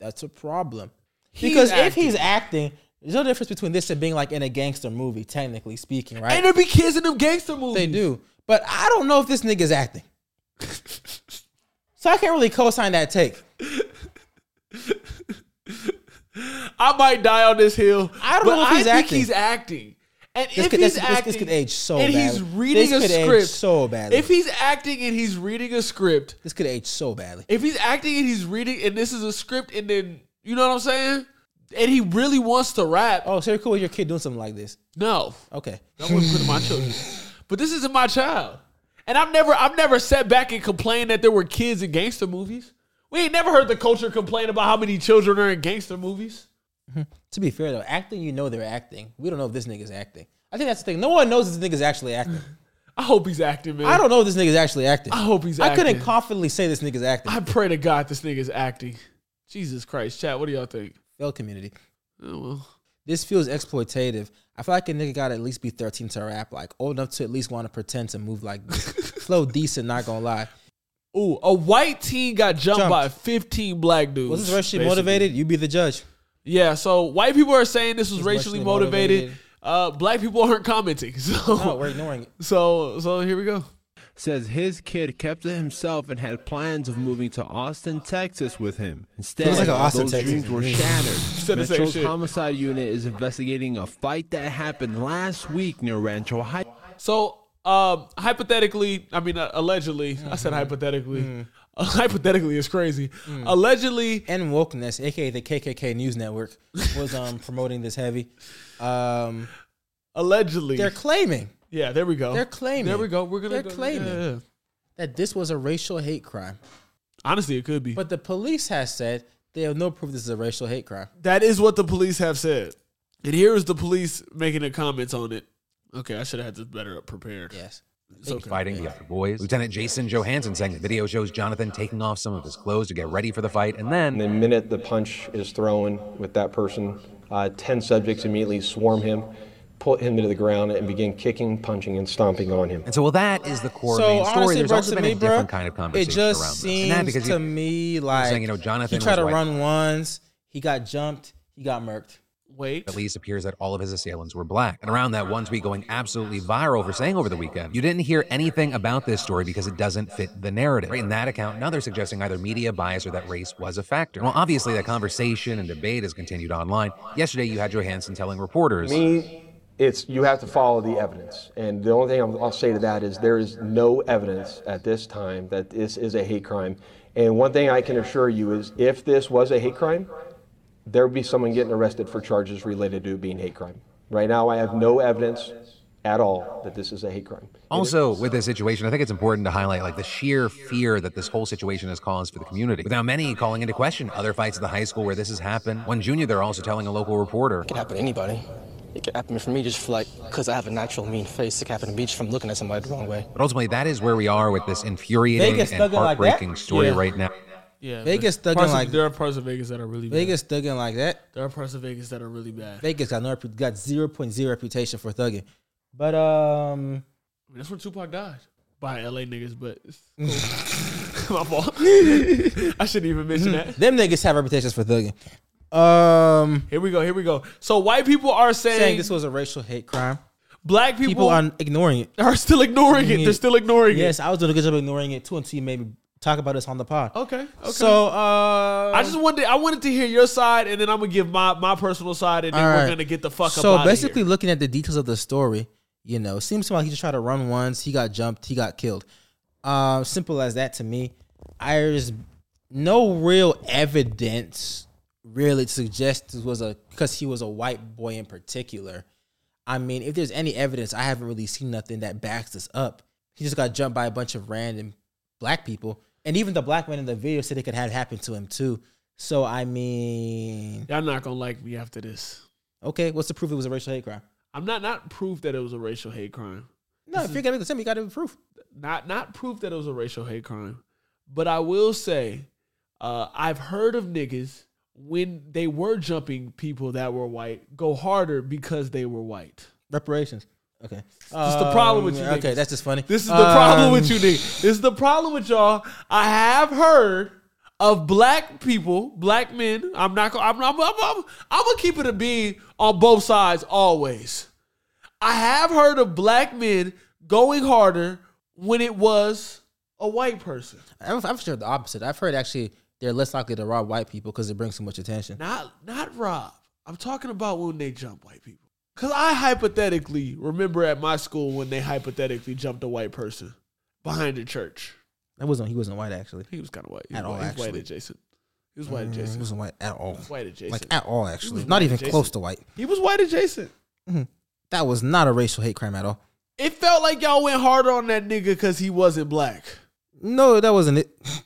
[SPEAKER 3] that's a problem.
[SPEAKER 2] He's
[SPEAKER 3] Because if
[SPEAKER 2] acting.
[SPEAKER 3] he's acting, there's no difference between this and being like in a gangster movie, technically speaking, right?
[SPEAKER 2] And there be kids in them gangster movies.
[SPEAKER 3] They do. But I don't know if this nigga's acting. so I can't really co sign that take.
[SPEAKER 2] I might die on this hill.
[SPEAKER 3] I don't
[SPEAKER 2] but
[SPEAKER 3] know if
[SPEAKER 2] I
[SPEAKER 3] he's
[SPEAKER 2] think
[SPEAKER 3] acting.
[SPEAKER 2] he's acting. And
[SPEAKER 3] This
[SPEAKER 2] if
[SPEAKER 3] could-
[SPEAKER 2] he's
[SPEAKER 3] this- this- this
[SPEAKER 2] acting,
[SPEAKER 3] could age so
[SPEAKER 2] and he's
[SPEAKER 3] badly.
[SPEAKER 2] reading
[SPEAKER 3] This
[SPEAKER 2] a
[SPEAKER 3] could age
[SPEAKER 2] script
[SPEAKER 3] so badly.
[SPEAKER 2] If he's acting and he's reading a script,
[SPEAKER 3] This could age so badly.
[SPEAKER 2] if he's acting and he's reading, and this is a script, and then you know what I'm saying, and he really wants to rap,
[SPEAKER 3] Oh, so you're cool with your kid doing something like this.
[SPEAKER 2] no,
[SPEAKER 3] Okay.
[SPEAKER 2] that wouldn't put in my children. But this isn't my child, and I've never, I've never sat back and complained that there were kids in gangster movies. We ain't never heard the culture complain about how many children are in gangster movies.
[SPEAKER 3] To be fair though, acting, you know they're acting. We don't know if this nigga's acting. I think that's the thing. No one knows this nigga's actually acting.
[SPEAKER 2] I hope he's acting, man.
[SPEAKER 3] I don't know if this nigga's actually acting.
[SPEAKER 2] I hope he's
[SPEAKER 3] I couldn't
[SPEAKER 2] acting.
[SPEAKER 3] confidently say this nigga's acting.
[SPEAKER 2] I pray to God this nigga's acting. Jesus Christ, chat. What do y'all think?
[SPEAKER 3] Failed community.
[SPEAKER 2] Oh, well.
[SPEAKER 3] This feels exploitative. I feel like a nigga gotta at least be 13 to rap, like old enough to at least want to pretend to move like this. Flow decent, not gonna lie.
[SPEAKER 2] Ooh, a white teen got jumped,
[SPEAKER 3] Jumped.
[SPEAKER 2] by 15 black dudes.
[SPEAKER 3] Was this racially
[SPEAKER 2] basically.
[SPEAKER 3] motivated? You be the judge.
[SPEAKER 2] Yeah, so white people are saying this was
[SPEAKER 3] It's
[SPEAKER 2] racially
[SPEAKER 3] racially
[SPEAKER 2] motivated.
[SPEAKER 3] motivated.
[SPEAKER 2] Uh, black people aren't commenting. So,
[SPEAKER 3] No, we're ignoring it.
[SPEAKER 2] so, so here we go.
[SPEAKER 13] says his kid kept to himself and had plans of moving to Austin, Texas with him. Instead,
[SPEAKER 3] Sounds like an Austin,
[SPEAKER 13] those
[SPEAKER 3] Texas
[SPEAKER 13] dreams were
[SPEAKER 3] movie.
[SPEAKER 13] shattered.
[SPEAKER 2] Said the same
[SPEAKER 13] Metro's
[SPEAKER 2] shit.
[SPEAKER 13] homicide unit is investigating a fight that happened last week near Rancho Heights.
[SPEAKER 2] So, um, hypothetically, I mean, uh, allegedly, I
[SPEAKER 3] Mm-hmm.
[SPEAKER 2] said hypothetically. hypothetically is crazy.
[SPEAKER 3] Mm.
[SPEAKER 2] Allegedly,
[SPEAKER 3] and wokeness, aka the KKK News Network, was um promoting this heavy. Um,
[SPEAKER 2] allegedly,
[SPEAKER 3] they're claiming
[SPEAKER 2] yeah. There we go.
[SPEAKER 3] They're claiming.
[SPEAKER 2] There we go. We're gonna.
[SPEAKER 3] They're
[SPEAKER 2] go-
[SPEAKER 3] claiming.
[SPEAKER 2] yeah, yeah.
[SPEAKER 3] that this was a racial hate crime,
[SPEAKER 2] Honestly, it could be.
[SPEAKER 3] but the police has said they have no proof this is a racial hate crime.
[SPEAKER 2] That is what the police have said. And here is the police making the comments on it. Okay, I should have had this better prepared.
[SPEAKER 3] Yes,
[SPEAKER 2] It's okay.
[SPEAKER 14] fighting the other boys. Lieutenant Jason Johansen saying the video shows Jonathan taking off some of his clothes to get ready for the fight, and then
[SPEAKER 15] The minute the punch is thrown with that person, uh, 10 subjects immediately swarm him, put him to the ground, and begin kicking, punching, and stomping on him.
[SPEAKER 14] and so well, that is the core
[SPEAKER 3] So
[SPEAKER 14] main story.
[SPEAKER 3] honestly,
[SPEAKER 14] There's
[SPEAKER 3] bro,
[SPEAKER 14] also
[SPEAKER 3] to
[SPEAKER 14] been
[SPEAKER 3] me,
[SPEAKER 14] a
[SPEAKER 3] bro,
[SPEAKER 14] different kind of
[SPEAKER 3] it
[SPEAKER 14] conversation
[SPEAKER 3] just
[SPEAKER 14] around this.
[SPEAKER 3] seems
[SPEAKER 14] And that because
[SPEAKER 3] to
[SPEAKER 14] you-
[SPEAKER 3] me like
[SPEAKER 14] saying, you know, Jonathan
[SPEAKER 3] he tried
[SPEAKER 14] was
[SPEAKER 3] to
[SPEAKER 14] white.
[SPEAKER 3] run once, he got jumped, he got murked.
[SPEAKER 2] Wait.
[SPEAKER 14] At least appears that all of his assailants were black. And around that one tweet going absolutely viral for saying over the weekend, you didn't hear anything about this story because it doesn't fit the narrative. Right? In that account, now they're suggesting either media bias or that race was a factor. Well, obviously, that conversation and debate has continued online. Yesterday, you had Johansson telling reporters.
[SPEAKER 15] Me, it's you have to follow the evidence, and the only thing I'll, I'll say to that is there is no evidence at this time that this is a hate crime. And one thing I can assure you is, if this was a hate crime, there would be someone getting arrested for charges related to it being hate crime. Right now, I have no evidence at all that this is a hate crime.
[SPEAKER 14] Also, with this situation, I think it's important to highlight like the sheer fear that this whole situation has caused for the community. With now many calling into question other fights at the high school where this has happened. One junior there also telling a local reporter, "It
[SPEAKER 16] can happen to anybody. It can happen for me just for like, because I have a natural mean face. It can happen to me just from looking at somebody the wrong way.
[SPEAKER 14] But ultimately, that is where we are with this infuriating
[SPEAKER 16] Vegas
[SPEAKER 14] and
[SPEAKER 16] thugging like that?
[SPEAKER 14] heartbreaking story
[SPEAKER 16] Yeah.
[SPEAKER 14] right now.
[SPEAKER 2] Yeah,
[SPEAKER 3] Vegas
[SPEAKER 2] but
[SPEAKER 3] thugging
[SPEAKER 2] parts of-
[SPEAKER 3] like-
[SPEAKER 2] there are parts of Vegas that are really bad.
[SPEAKER 3] Vegas thugging like that.
[SPEAKER 2] There are parts of Vegas that are really bad.
[SPEAKER 3] Vegas got no repu- got 0.0 reputation for thugging. But um
[SPEAKER 2] I mean, that's when Tupac died by LA niggas, but it's cool. my fault. I shouldn't even mention that.
[SPEAKER 3] them niggas have reputations for thugging. Um
[SPEAKER 2] Here we go. Here we go. So white people are saying,
[SPEAKER 3] saying this was a racial hate crime.
[SPEAKER 2] Black people,
[SPEAKER 3] People are ignoring it.
[SPEAKER 2] Are still ignoring it. They're still ignoring it.
[SPEAKER 3] Yes, I was doing a good job ignoring it too until you made me talk about this on the pod.
[SPEAKER 2] Okay. Okay.
[SPEAKER 3] So uh
[SPEAKER 2] I just wanted I wanted to hear your side, and then I'm gonna give my my personal side, and then
[SPEAKER 3] All
[SPEAKER 2] we're
[SPEAKER 3] right.
[SPEAKER 2] gonna get the fuck
[SPEAKER 3] so
[SPEAKER 2] up. outta
[SPEAKER 3] basically, looking at the details of the story, you know, seems like he just tried to run once, he got jumped, he got killed. Um, simple as that to me. There's no real evidence really to suggest this was a because he was a white boy in particular. I mean, if there's any evidence, I haven't really seen nothing that backs this up. He just got jumped by a bunch of random black people, and even the black man in the video said it could have happened to him too. So I mean,
[SPEAKER 2] y'all not gonna like me after this.
[SPEAKER 3] Okay, what's the proof it was a racial hate crime?
[SPEAKER 2] I'm not not proof that it was a racial hate crime.
[SPEAKER 3] No, if you're gonna make the same, you gotta have proof.
[SPEAKER 2] Not not proof that it was a racial hate crime, but I will say, uh, I've heard of niggas when they were jumping people that were white go harder because they were white.
[SPEAKER 3] Reparations. Okay.
[SPEAKER 2] This is the problem with you.
[SPEAKER 3] Um, Okay,
[SPEAKER 2] niggas.
[SPEAKER 3] that's just funny.
[SPEAKER 2] This is the problem with you,
[SPEAKER 3] Um,
[SPEAKER 2] niggas. This is the problem with y'all. I have heard of black people, black men. I'm not. gonna- I'm. I'm. I'm. I'm, I'm gonna keep it a bean on both sides always. I have heard of black men going harder when it was a white person.
[SPEAKER 3] I've, I've heard the opposite. I've heard actually they're less likely to rob white people because it brings so much attention.
[SPEAKER 2] Not not Rob. I'm talking about when they jump white people. Cause I hypothetically remember at my school when they hypothetically jumped a white person behind a church.
[SPEAKER 3] That wasn't he wasn't white actually.
[SPEAKER 2] He was kind of white He was
[SPEAKER 3] at all.
[SPEAKER 2] white- he was
[SPEAKER 3] actually,
[SPEAKER 2] white adjacent. He was white
[SPEAKER 3] Mm,
[SPEAKER 2] adjacent.
[SPEAKER 3] He wasn't white at all.
[SPEAKER 2] He was white adjacent.
[SPEAKER 3] Like at all
[SPEAKER 2] He
[SPEAKER 3] actually.
[SPEAKER 2] was
[SPEAKER 3] Not
[SPEAKER 2] white
[SPEAKER 3] even
[SPEAKER 2] adjacent.
[SPEAKER 3] close to white.
[SPEAKER 2] He was white adjacent.
[SPEAKER 3] Mhm. That was not a racial hate crime at all.
[SPEAKER 2] It felt like y'all went harder on that nigga because he wasn't black.
[SPEAKER 3] No, that wasn't it.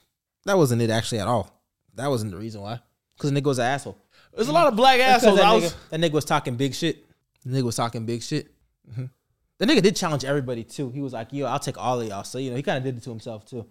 [SPEAKER 3] That wasn't it actually at all. That wasn't the reason why. Because the nigga was an asshole.
[SPEAKER 2] There's a lot of black
[SPEAKER 3] That's
[SPEAKER 2] assholes.
[SPEAKER 3] 'cause
[SPEAKER 2] I
[SPEAKER 3] That, nigga,
[SPEAKER 2] was-
[SPEAKER 3] that nigga was talking big shit. The nigga was talking big shit. Mhm. The nigga did challenge everybody too. He was like, "Yo, I'll take all of y'all." So you know, he kind of did it to himself too.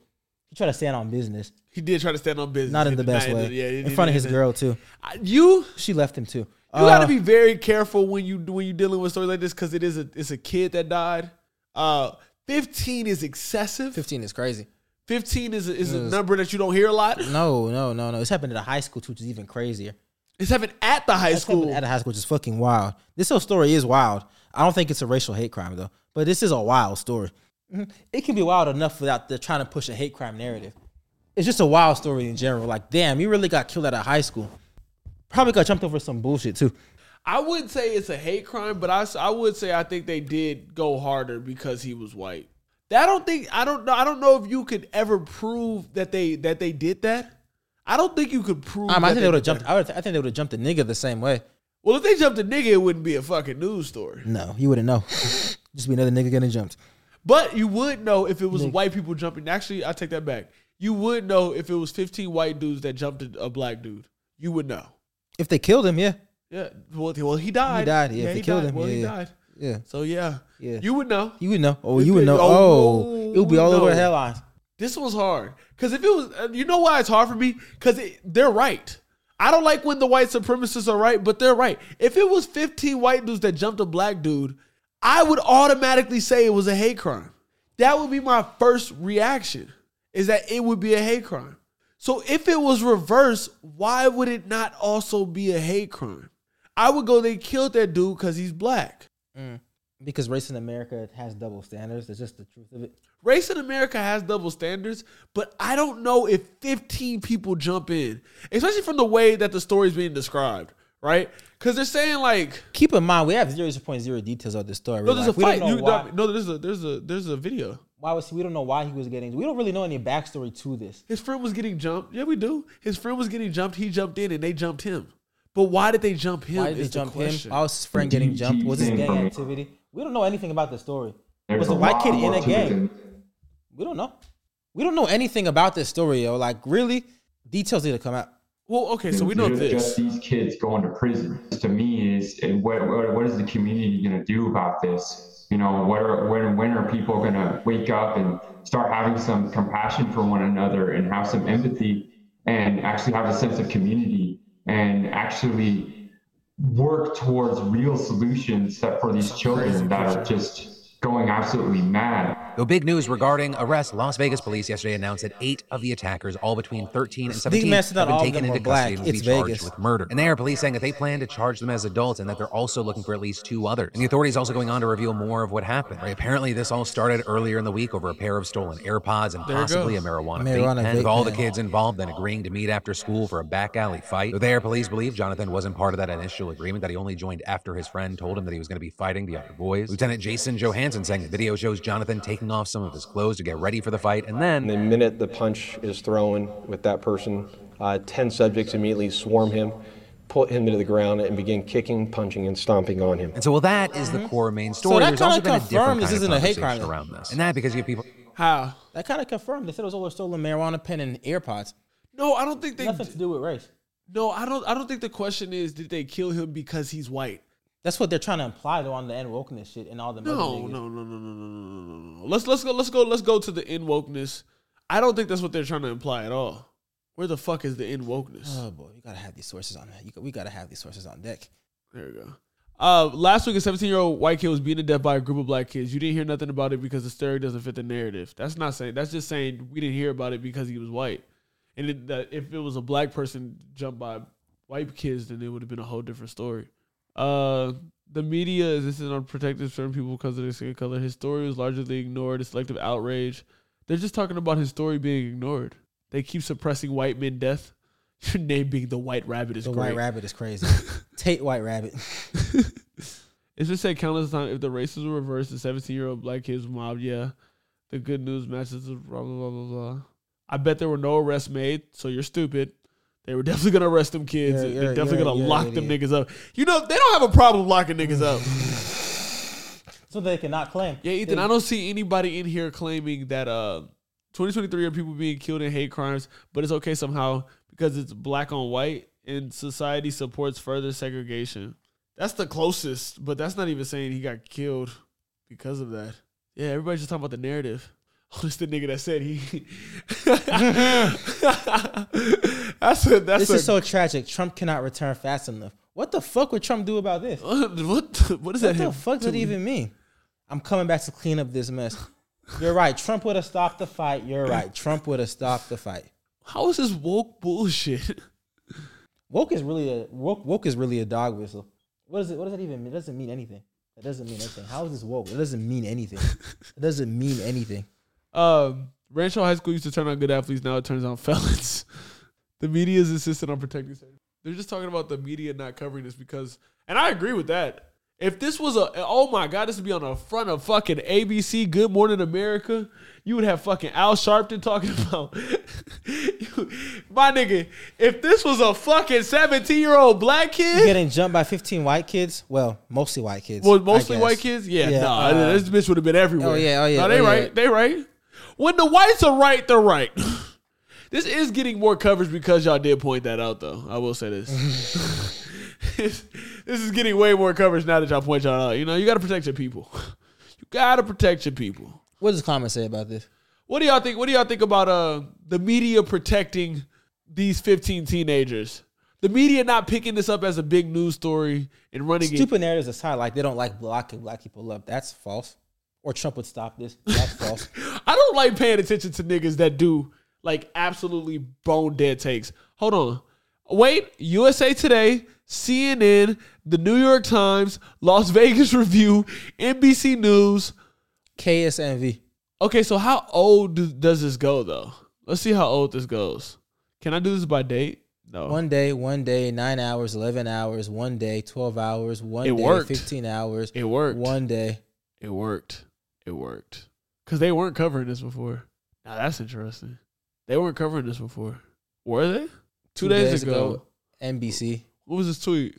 [SPEAKER 3] He tried to stand on business,
[SPEAKER 2] He did try to stand on business.
[SPEAKER 3] not in
[SPEAKER 2] He
[SPEAKER 3] the
[SPEAKER 2] did
[SPEAKER 3] best way,
[SPEAKER 2] not- yeah, he
[SPEAKER 3] in
[SPEAKER 2] did-
[SPEAKER 3] front of
[SPEAKER 2] he
[SPEAKER 3] his
[SPEAKER 2] did-
[SPEAKER 3] girl Uh, too.
[SPEAKER 2] You,
[SPEAKER 3] she left him too.
[SPEAKER 2] You got to be very careful when you when you're dealing with stories like this because it is a it's a kid that died. Uh, fifteen is excessive.
[SPEAKER 3] Fifteen is crazy.
[SPEAKER 2] Fifteen is a, is a
[SPEAKER 3] Yes.
[SPEAKER 2] number that you don't hear a lot.
[SPEAKER 3] No, no, no, no. It's happened at a high school too, which is even crazier.
[SPEAKER 2] It's happened at the high
[SPEAKER 3] school. At a high school, which is fucking wild. This whole story is wild. I don't think it's a racial hate crime though, but this is a wild story. Mhm. It can be wild enough without the trying to push a hate crime narrative. It's just a wild story in general. Like, damn, you really got killed out of high school. Probably got jumped over some bullshit too.
[SPEAKER 2] I would say it's a hate crime, but I, s- I would say I think they did go harder because he was white. That I don't think I don't know I don't know if you could ever prove that they that they did that. I don't think you could prove.
[SPEAKER 3] Um, I
[SPEAKER 2] that
[SPEAKER 3] think they would have
[SPEAKER 2] did
[SPEAKER 3] jumped.
[SPEAKER 2] that.
[SPEAKER 3] I, would, I think they would have jumped the nigga the same way.
[SPEAKER 2] Well, if they jumped a nigga, it wouldn't be a fucking news story.
[SPEAKER 3] No, you wouldn't know. just be another nigga getting jumped.
[SPEAKER 2] But you would know if it was white people jumping. Actually, I take that back. You would know if it was fifteen white dudes that jumped a, a black dude. You would know.
[SPEAKER 3] If they killed him, yeah,
[SPEAKER 2] Yeah. Well, well, he died.
[SPEAKER 3] he died. Yeah, if they killed
[SPEAKER 2] died.
[SPEAKER 3] him,
[SPEAKER 2] Well,
[SPEAKER 3] yeah,
[SPEAKER 2] he
[SPEAKER 3] yeah.
[SPEAKER 2] died.
[SPEAKER 3] Yeah.
[SPEAKER 2] So yeah.
[SPEAKER 3] Yeah.
[SPEAKER 2] You would know.
[SPEAKER 3] You would know. Oh,
[SPEAKER 2] If
[SPEAKER 3] you would
[SPEAKER 2] it-
[SPEAKER 3] know.
[SPEAKER 2] oh,
[SPEAKER 3] Oh, it would be
[SPEAKER 2] you
[SPEAKER 3] all over
[SPEAKER 2] know.
[SPEAKER 3] the headlines.
[SPEAKER 2] This was hard because if it was, uh, you know why it's hard for me because they're right. I don't like when the white supremacists are right, but they're right. If it was 15 white dudes that jumped a black dude, I would automatically say it was a hate crime. That would be my first reaction is that it would be a hate crime. So if it was reversed, why would it not also be a hate crime? I would go, they killed that dude because he's black.
[SPEAKER 3] Because race in America has double standards. It's just the truth of it.
[SPEAKER 2] Race in America has double standards, but I don't know if 15 people jump in, especially from the way that the story's being described, right? Because they're saying like,
[SPEAKER 3] Keep in mind, we have zero point zero details of this story.
[SPEAKER 2] no, there's
[SPEAKER 3] Like,
[SPEAKER 2] a fight.
[SPEAKER 3] we don't know
[SPEAKER 2] You,
[SPEAKER 3] why-
[SPEAKER 2] no, there's a there's a there's a video.
[SPEAKER 3] why was he, we don't know why he was getting we don't really know any backstory to this
[SPEAKER 2] His friend was getting jumped. Yeah, we do. His friend was getting jumped. He jumped in, and they jumped him. But why did they jump him?
[SPEAKER 3] why did they
[SPEAKER 2] is the
[SPEAKER 3] jump him
[SPEAKER 2] question.
[SPEAKER 3] why was his friend getting jumped was this gang activity We don't know anything about this story.
[SPEAKER 17] There's
[SPEAKER 3] Was the
[SPEAKER 17] a
[SPEAKER 3] white
[SPEAKER 17] lot
[SPEAKER 3] kid in
[SPEAKER 17] more
[SPEAKER 3] a
[SPEAKER 17] to it
[SPEAKER 3] gang?
[SPEAKER 17] than-
[SPEAKER 3] We don't know. We don't know anything about this story, yo. Like really, details need to come out.
[SPEAKER 2] Well, okay,
[SPEAKER 17] It was just Just these kids going to prison. To me, is and what, what what is the community going to do about this? You know, what are when when are people going to wake up and start having some compassion for one another and have some empathy and actually have a sense of community and actually work towards real solutions that for these children that are just going absolutely mad.
[SPEAKER 14] Though big news regarding arrest, Las Vegas police yesterday announced that eight of the attackers, all between 13 and 17,
[SPEAKER 3] Stigma
[SPEAKER 14] have
[SPEAKER 3] said not
[SPEAKER 14] been
[SPEAKER 3] all of
[SPEAKER 14] taken
[SPEAKER 3] them were
[SPEAKER 14] into
[SPEAKER 3] black.
[SPEAKER 14] custody and will
[SPEAKER 3] It's
[SPEAKER 14] be charged
[SPEAKER 3] Vegas.
[SPEAKER 14] with murder. And they are police saying that they plan to charge them as adults and that they're also looking for at least two others. And the authorities also going on to reveal more of what happened. Right? Apparently, this all started earlier in the week over a pair of stolen AirPods and
[SPEAKER 3] There it
[SPEAKER 14] possibly a
[SPEAKER 3] goes.
[SPEAKER 14] marijuana,
[SPEAKER 3] Marijuana
[SPEAKER 14] vape pen,
[SPEAKER 3] vape
[SPEAKER 14] with all the
[SPEAKER 3] pen.
[SPEAKER 14] kids involved then agreeing to meet after school for a back alley fight. Though they are police believe Jonathan wasn't part of that initial agreement, that he only joined after his friend told him that he was going to be fighting the other boys. Lieutenant Jason Johansson saying the video shows Jonathan taking off some of his clothes to get ready for the fight and then
[SPEAKER 15] And the minute the punch is thrown with that person, uh, 10 subjects immediately swarm him, put him to the ground, and begin kicking, punching, and stomping on him.
[SPEAKER 14] And so, well, that is the core main story.
[SPEAKER 3] Mm-hmm. that
[SPEAKER 14] There's also
[SPEAKER 3] kinda
[SPEAKER 14] been a different
[SPEAKER 3] confirms this
[SPEAKER 14] kind of
[SPEAKER 3] isn't a hate
[SPEAKER 14] conversation
[SPEAKER 3] crime.
[SPEAKER 14] around this, and that because you have people.
[SPEAKER 2] How?
[SPEAKER 3] That kind of confirmed. They said it was all a stolen marijuana pen and AirPods.
[SPEAKER 2] No, I don't think they
[SPEAKER 3] nothing to do with race.
[SPEAKER 2] No, I don't. I don't think the question is did they kill him because he's white.
[SPEAKER 3] That's what they're trying to imply though on the end wokeness shit and all the
[SPEAKER 2] No,
[SPEAKER 3] other
[SPEAKER 2] no,
[SPEAKER 3] niggas.
[SPEAKER 2] no, no, no, no, no, no, no, no. Let's let's go. Let's go. Let's go to the in wokeness. I don't think that's what they're trying to imply at all. Where the fuck is the in wokeness?
[SPEAKER 3] Oh boy, you gotta have these sources on that. You, we gotta have these sources on deck.
[SPEAKER 2] There we go. Uh, last week, a 17 year old white kid was beaten to death by a group of black kids. You didn't hear nothing about it because the story doesn't fit the narrative. That's not saying. That's just saying we didn't hear about it because he was white. And it, that if it was a black person jumped by white kids, then it would have been a whole different story. Uh, the media is this is unprotected of certain people because of their skin color. His story was largely ignored. It's selective outrage. They're just talking about his story being ignored. They keep suppressing white men death. Your name being the White Rabbit is
[SPEAKER 3] The
[SPEAKER 2] great.
[SPEAKER 3] white rabbit is crazy. Tate White Rabbit.
[SPEAKER 2] It's just said countless times if the races were reversed, the 17 year old black kids mob, yeah. The good news matches the blah, blah, blah, blah, blah. I bet there were no arrests made, so you're stupid. They were definitely gonna arrest them kids.
[SPEAKER 3] You're-
[SPEAKER 2] They're
[SPEAKER 3] you're-
[SPEAKER 2] definitely
[SPEAKER 3] you're-
[SPEAKER 2] gonna
[SPEAKER 3] you're an
[SPEAKER 2] lock them niggas up. You know, they don't have a problem locking niggas up.
[SPEAKER 3] so they cannot claim.
[SPEAKER 2] Yeah, Ethan, I don't see anybody in here claiming that uh 2023 are people being killed in hate crimes, but it's okay somehow because it's black on white and society supports further segregation. That's the closest, but that's not even saying he got killed because of that. Yeah, everybody's just talking about the narrative. Oh, it's the nigga that said he. that's a, that's
[SPEAKER 3] this
[SPEAKER 2] a,
[SPEAKER 3] is so tragic. Trump cannot return fast enough. What the fuck would Trump do about this?
[SPEAKER 2] What what, what does Oh, that
[SPEAKER 3] the
[SPEAKER 2] have
[SPEAKER 3] fuck
[SPEAKER 2] to
[SPEAKER 3] does it
[SPEAKER 2] do-
[SPEAKER 3] even mean? I'm coming back to clean up this mess. You're right. Trump would have stopped the fight. You're right. Trump would have stopped the fight.
[SPEAKER 2] How is this woke bullshit?
[SPEAKER 3] Woke is really a woke. Woke is really a dog whistle. What is it? What does that even mean? It doesn't mean anything. It doesn't mean anything. How is this woke? It doesn't mean anything. It doesn't mean anything.
[SPEAKER 2] Um, Rancho High School used to turn on good athletes. Now it turns on felons. the media is insistent on protecting. certain- They're just talking about the media not covering this because, and I agree with that. If this was a, oh my god, this would be on the front of fucking ABC Good Morning America. You would have fucking Al Sharpton talking about, You- my nigga. If this was a fucking seventeen year old black kid,
[SPEAKER 3] Getting jumped by 15 white kids. Well, mostly white kids.
[SPEAKER 2] well,
[SPEAKER 3] I
[SPEAKER 2] mostly
[SPEAKER 3] guess.
[SPEAKER 2] white kids. Yeah, nah,
[SPEAKER 3] uh,
[SPEAKER 2] this bitch would have been everywhere.
[SPEAKER 3] oh, yeah, oh, yeah,
[SPEAKER 2] Nah, they
[SPEAKER 3] oh, yeah.
[SPEAKER 2] right, they right. When the whites are right, they're right. this is getting more coverage because y'all did point that out, though. I will say this. this is getting way more coverage now that y'all point y'all out. You know, you got to protect your people. You got to protect your people.
[SPEAKER 3] What does Common say about this?
[SPEAKER 2] What do y'all think? What do y'all think about uh the media protecting these 15 teenagers? The media not picking this up as a big news story and running it
[SPEAKER 3] Stupid narratives aside, like they don't like blocking black people up. That's false. Or Trump would stop this. That's false.
[SPEAKER 2] I don't like paying attention to niggas that do like absolutely bone dead takes. Hold on. Wait, USA Today, CNN, The New York Times, Las Vegas Review, NBC News,
[SPEAKER 3] KSNV.
[SPEAKER 2] Okay, so how old do, does this go though? Let's see how old this goes. Can I do this by date? No.
[SPEAKER 3] One day, one day, nine hours, eleven hours, one day, twelve hours, one
[SPEAKER 2] It
[SPEAKER 3] day,
[SPEAKER 2] worked.
[SPEAKER 3] fifteen hours.
[SPEAKER 2] It worked.
[SPEAKER 3] One day.
[SPEAKER 2] It worked. It worked. Cause they weren't covering this before. Now that's interesting. They weren't covering this before. Were they? Two, days, ago.
[SPEAKER 3] NBC.
[SPEAKER 2] What was his tweet?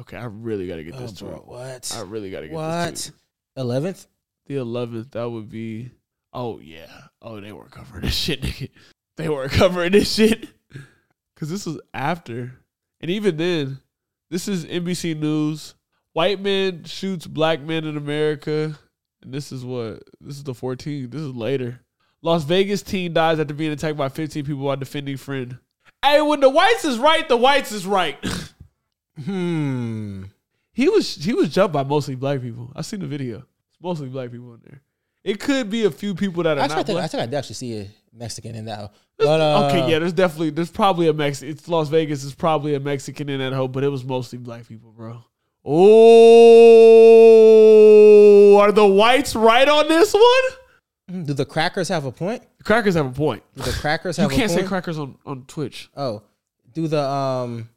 [SPEAKER 2] Okay, I really gotta get this
[SPEAKER 3] Oh, bro,
[SPEAKER 2] tweet.
[SPEAKER 3] what?
[SPEAKER 2] I really gotta get
[SPEAKER 3] What?
[SPEAKER 2] this tweet.
[SPEAKER 3] Eleventh.
[SPEAKER 2] The eleventh. That would be. Oh yeah. Oh, they weren't covering this shit. nigga. They weren't covering this shit. Cause this was after, and even then, this is NBC News. White man shoots black man in America, and this is what this is the 14th. This is later. Las Vegas teen dies after being attacked by 15 people while defending friend. Hey, when the whites is right, the whites is right.
[SPEAKER 3] hmm.
[SPEAKER 2] He was he was jumped by mostly black people. I seen the video. It's mostly black people in there. It could be a few people that are
[SPEAKER 3] I
[SPEAKER 2] not
[SPEAKER 3] tried to, I
[SPEAKER 2] black.
[SPEAKER 3] think I did actually see a Mexican in that. hoe. But, uh,
[SPEAKER 2] okay, yeah, there's definitely there's probably a Mex. It's Las Vegas. It's probably a Mexican in that hoe, but it was mostly black people, bro. Oh, are the whites right on this one?
[SPEAKER 3] Do the crackers have a point?
[SPEAKER 2] The crackers have a point.
[SPEAKER 3] Do the crackers
[SPEAKER 2] You
[SPEAKER 3] have a point?
[SPEAKER 2] can't say crackers on on Twitch.
[SPEAKER 3] Oh, do the um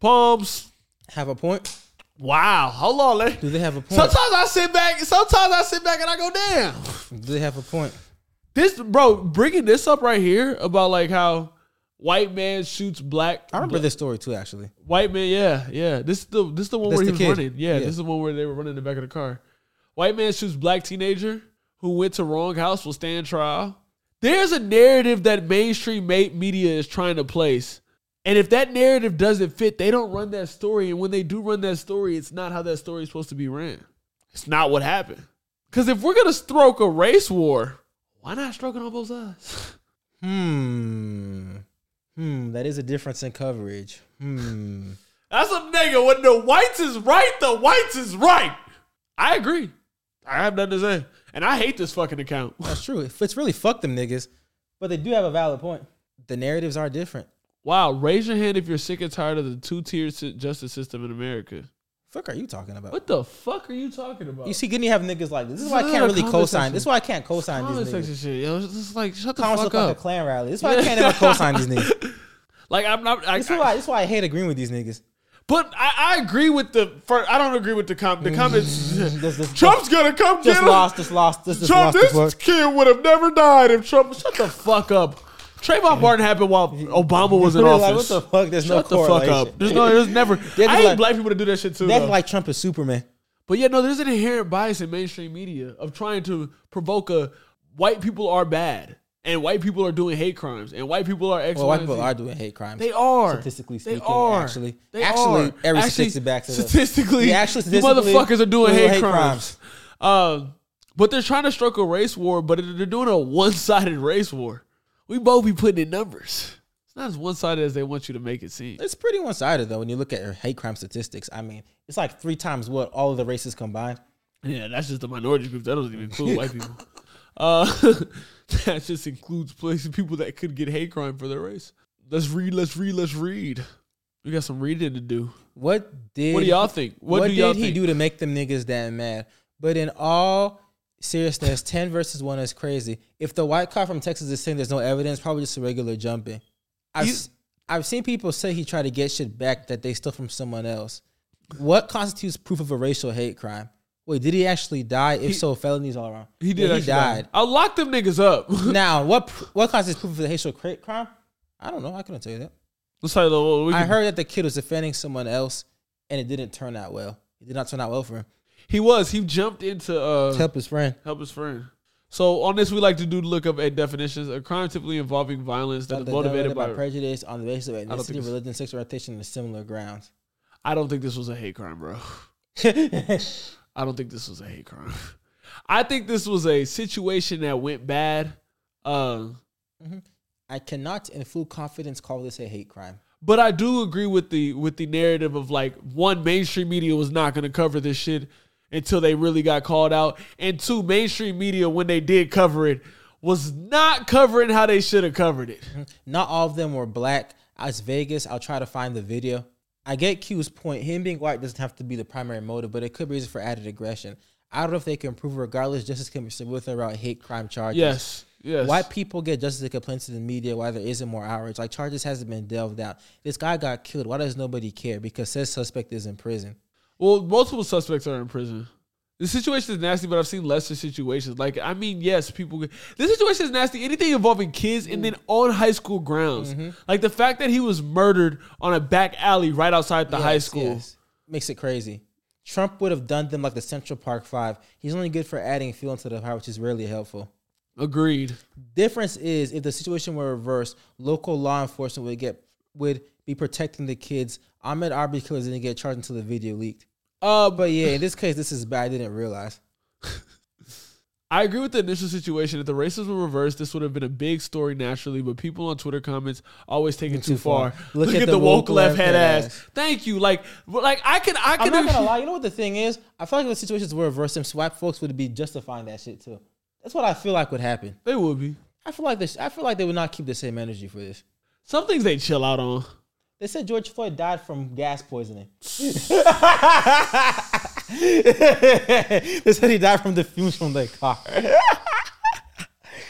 [SPEAKER 2] palms
[SPEAKER 3] have a point?
[SPEAKER 2] Wow, hold on, let
[SPEAKER 3] do they have a point?
[SPEAKER 2] Sometimes I sit back. Sometimes I sit back and I go, damn.
[SPEAKER 3] do they have a point?
[SPEAKER 2] This bro bringing this up right here about like how white man shoots black.
[SPEAKER 3] I remember this story too, actually.
[SPEAKER 2] White man, yeah, yeah. This is the this is the one
[SPEAKER 3] That's
[SPEAKER 2] where he
[SPEAKER 3] the
[SPEAKER 2] was
[SPEAKER 3] kid.
[SPEAKER 2] running. Yeah,
[SPEAKER 3] Yeah.
[SPEAKER 2] this is the one where they were running in the back of the car. White man shoots black teenager who went to wrong house will stand trial. There's a narrative that mainstream ma- media is trying to place. And if that narrative doesn't fit, they don't run that story. And when they do run that story, it's not how that story is supposed to be ran. It's not what happened. Because if we're gonna stroke a race war, why not stroke it on both sides?
[SPEAKER 3] Hmm. Hmm. That is a difference in coverage. Hmm.
[SPEAKER 2] That's a nigga. When the whites is right, the whites is right. I agree. I have nothing to say. And I hate this fucking account.
[SPEAKER 3] That's true. If It's really fuck them niggas, but they do have a valid point. The narratives are different.
[SPEAKER 2] Wow, raise your hand if you're sick and tired of the two tier justice system in America.
[SPEAKER 3] Fuck are you talking about?
[SPEAKER 2] What the fuck are you talking about?
[SPEAKER 3] You see, Gidney have niggas like this. This
[SPEAKER 2] This
[SPEAKER 3] is why I
[SPEAKER 2] is
[SPEAKER 3] can't
[SPEAKER 2] a
[SPEAKER 3] really
[SPEAKER 2] comment
[SPEAKER 3] co-sign.
[SPEAKER 2] section.
[SPEAKER 3] This is why I can't co-sign
[SPEAKER 2] Comment
[SPEAKER 3] these
[SPEAKER 2] section
[SPEAKER 3] niggas.
[SPEAKER 2] shit, yo. It's just like shut the
[SPEAKER 3] Comments
[SPEAKER 2] fuck
[SPEAKER 3] look
[SPEAKER 2] up.
[SPEAKER 3] like a Klan rally. This is why I can't ever co-sign these niggas.
[SPEAKER 2] Like I'm not. I,
[SPEAKER 3] This is why. This is why I hate agreeing with these niggas.
[SPEAKER 2] But I, I agree with the. First, I don't agree with the com- the comments.
[SPEAKER 3] This- this-
[SPEAKER 2] Trump's gonna come
[SPEAKER 3] Just
[SPEAKER 2] get him.
[SPEAKER 3] lost. Just lost. This just
[SPEAKER 2] Trump,
[SPEAKER 3] lost.
[SPEAKER 2] this
[SPEAKER 3] This work.
[SPEAKER 2] kid would have never died if Trump. Shut the fuck up. Trayvon Martin happened while Obama was in
[SPEAKER 3] Like, what
[SPEAKER 2] office.
[SPEAKER 3] the fuck? There's no
[SPEAKER 2] Shut the fuck
[SPEAKER 3] correlation.
[SPEAKER 2] up. There's no. There's never.
[SPEAKER 3] They'd be
[SPEAKER 2] I hate
[SPEAKER 3] like-
[SPEAKER 2] black people to do that shit too.
[SPEAKER 3] That's
[SPEAKER 2] though.
[SPEAKER 3] like Trump is Superman.
[SPEAKER 2] but yeah, no. There's an inherent bias in mainstream media of trying to provoke a white people are bad and white people are doing hate crimes and white people are X,
[SPEAKER 3] Well, white
[SPEAKER 2] Y, and
[SPEAKER 3] people
[SPEAKER 2] Z.
[SPEAKER 3] are doing hate crimes.
[SPEAKER 2] They are.
[SPEAKER 3] statistically
[SPEAKER 2] They
[SPEAKER 3] speaking.
[SPEAKER 2] are.
[SPEAKER 3] Actually,
[SPEAKER 2] They
[SPEAKER 3] actually,
[SPEAKER 2] are.
[SPEAKER 3] every
[SPEAKER 2] Actually,
[SPEAKER 3] statistic backs it up.
[SPEAKER 2] statistically,
[SPEAKER 3] Yeah, actually,
[SPEAKER 2] you
[SPEAKER 3] statistically,
[SPEAKER 2] motherfuckers are doing hate,
[SPEAKER 3] crimes.
[SPEAKER 2] crimes. Um, but they're trying to stroke a race war, but it- they're doing a one-sided race war. We both be putting in numbers. It's not as one-sided as they want you to make it seem.
[SPEAKER 3] It's pretty one sided though when you look at your hate crime statistics. I mean, it's like three times what all of the races combined.
[SPEAKER 2] Yeah, that's just the minority group. That doesn't even include white people. Uh, that just includes places people that could get hate crime for their race. Let's read. Let's read. Let's read. We got some reading to do.
[SPEAKER 3] What did
[SPEAKER 2] What do y'all think? What do y'all
[SPEAKER 3] did he
[SPEAKER 2] think?
[SPEAKER 3] do to make them niggas that mad? But in all seriousness, ten versus one is crazy. If the white cop from Texas is saying there's no evidence, probably just a regular jumping. I've s- I've seen people say he tried to get shit back that they stole from someone else. What constitutes proof of a racial hate crime? Wait, did he actually die? If so, felonies all around.
[SPEAKER 2] He did.
[SPEAKER 3] Yeah,
[SPEAKER 2] actually die. I locked them niggas up.
[SPEAKER 3] now, what pr- what constitutes proof of the racial cra- crime? I don't know. I couldn't tell you that.
[SPEAKER 2] Let's tell you the- we
[SPEAKER 3] I
[SPEAKER 2] can-
[SPEAKER 3] heard that the kid was defending someone else, and it didn't turn out well. It did not turn out well for him.
[SPEAKER 2] He was. He jumped into uh,
[SPEAKER 3] To help his friend.
[SPEAKER 2] Help his friend. So on this, we like to do look up at definitions. A crime typically involving violence that is motivated by.
[SPEAKER 3] prejudice on the basis of
[SPEAKER 2] don't think
[SPEAKER 3] ethnicity,
[SPEAKER 2] it's-
[SPEAKER 3] religion, sexual orientation, and similar grounds.
[SPEAKER 2] I don't think this was a hate crime, bro. I don't think this was a hate crime. I think this was a situation that went bad. Uh,
[SPEAKER 3] I cannot, in full confidence, call this a hate crime.
[SPEAKER 2] But I do agree with the with the narrative of like one mainstream media was not going to cover this shit until they really got called out, and two mainstream media when they did cover it was not covering how they should have covered it.
[SPEAKER 3] Not all of them were black. As Vegas, I'll try to find the video. I get Q's point. Him being white doesn't have to be the primary motive, but it could be reason for added aggression. I don't know if they can prove, it. regardless, justice can be served with or without hate crime charges.
[SPEAKER 2] Yes, yes.
[SPEAKER 3] White people get justice that complaints to the media why there isn't more outrage. Like charges hasn't been delved out. This guy got killed. Why does nobody care? Because says suspect is in prison.
[SPEAKER 2] Well, multiple suspects are in prison. The situation is nasty, but I've seen lesser situations. Like, I mean, yes, people. The situation is nasty. Anything involving kids and then on high school grounds, like the fact that he was murdered on a back alley right outside the high
[SPEAKER 3] Yes,
[SPEAKER 2] school.
[SPEAKER 3] yes. makes it crazy. Trump would have done them like the Central Park Five. He's only good for adding fuel into the fire, which is rarely helpful.
[SPEAKER 2] Agreed.
[SPEAKER 3] Difference is if the situation were reversed, local law enforcement would get would be protecting the kids. Ahmed Arbery killers didn't get charged until the video leaked.
[SPEAKER 2] Uh,
[SPEAKER 3] Oh, but yeah, in this case, this is bad. I didn't realize.
[SPEAKER 2] I agree with the initial situation. If the races were reversed, this would have been a big story naturally, but people on Twitter comments always take it too, far. Look, at, the, woke, left head ass. Thank you. Like, but, like I can, I
[SPEAKER 3] I'm
[SPEAKER 2] can.
[SPEAKER 3] not gonna lie. You know what the thing is? I feel like if the situations were reversed, them swap folks would be justifying that shit too. That's what I feel like would happen.
[SPEAKER 2] They would be.
[SPEAKER 3] I feel like this. I feel like they would not keep the same energy for this.
[SPEAKER 2] Some things they chill out on.
[SPEAKER 3] They said George Floyd died from gas poisoning. they said he died from the fumes from their car.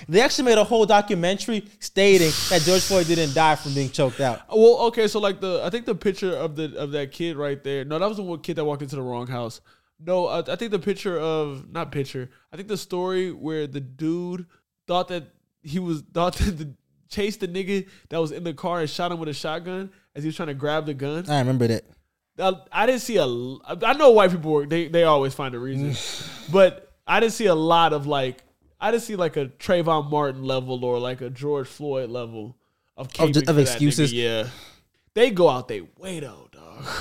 [SPEAKER 3] they actually made a whole documentary stating that George Floyd didn't die from being choked out.
[SPEAKER 2] Well, okay, so like the I think the picture of the of that kid right there. No, that was the one kid that walked into the wrong house. No, I, I think the picture of not picture. I think the story where the dude thought that he was thought that the chased the nigga that was in the car and shot him with a shotgun as he was trying to grab the gun.
[SPEAKER 3] I remember that.
[SPEAKER 2] I, I didn't see a. l- I know white people work. They they always find a reason, but I didn't see a lot of like. I didn't see like a Trayvon Martin level or like a George Floyd level of
[SPEAKER 3] Oh, Of,
[SPEAKER 2] caping
[SPEAKER 3] of
[SPEAKER 2] for that nigga.
[SPEAKER 3] excuses.
[SPEAKER 2] Yeah. They go out they way though, dog.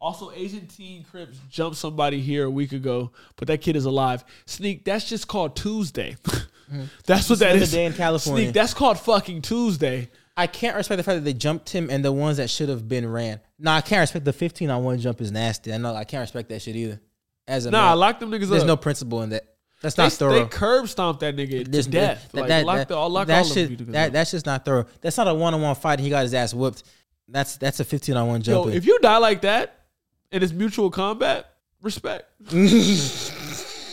[SPEAKER 2] Also, Asian teen Crips jumped somebody here a week ago, but that kid is alive. Sneak, that's just called Tuesday. that's what that
[SPEAKER 3] Mm-hmm. Another
[SPEAKER 2] is.
[SPEAKER 3] day in California.
[SPEAKER 2] Sneak, that's called fucking Tuesday.
[SPEAKER 3] I can't respect the fact that they jumped him and the ones that should have been ran. No, I can't respect the 15 on one jump is nasty. I know I can't respect that shit either. As a
[SPEAKER 2] Nah,
[SPEAKER 3] man.
[SPEAKER 2] I lock them niggas
[SPEAKER 3] There's
[SPEAKER 2] up.
[SPEAKER 3] no principle in that. That's
[SPEAKER 2] They-
[SPEAKER 3] not thorough.
[SPEAKER 2] They curb stomped that nigga
[SPEAKER 3] There's
[SPEAKER 2] to
[SPEAKER 3] no-
[SPEAKER 2] death.
[SPEAKER 3] that-
[SPEAKER 2] like,
[SPEAKER 3] that-
[SPEAKER 2] lock
[SPEAKER 3] that-
[SPEAKER 2] the, I'll lock
[SPEAKER 3] that
[SPEAKER 2] all
[SPEAKER 3] shit-
[SPEAKER 2] of you niggas
[SPEAKER 3] that-
[SPEAKER 2] up.
[SPEAKER 3] that's just not thorough. That's not a one on one fight. and He got his ass whooped. That's that's a 15 on one jump.
[SPEAKER 2] Yo,
[SPEAKER 3] in.
[SPEAKER 2] if you die like that and it's mutual combat, respect.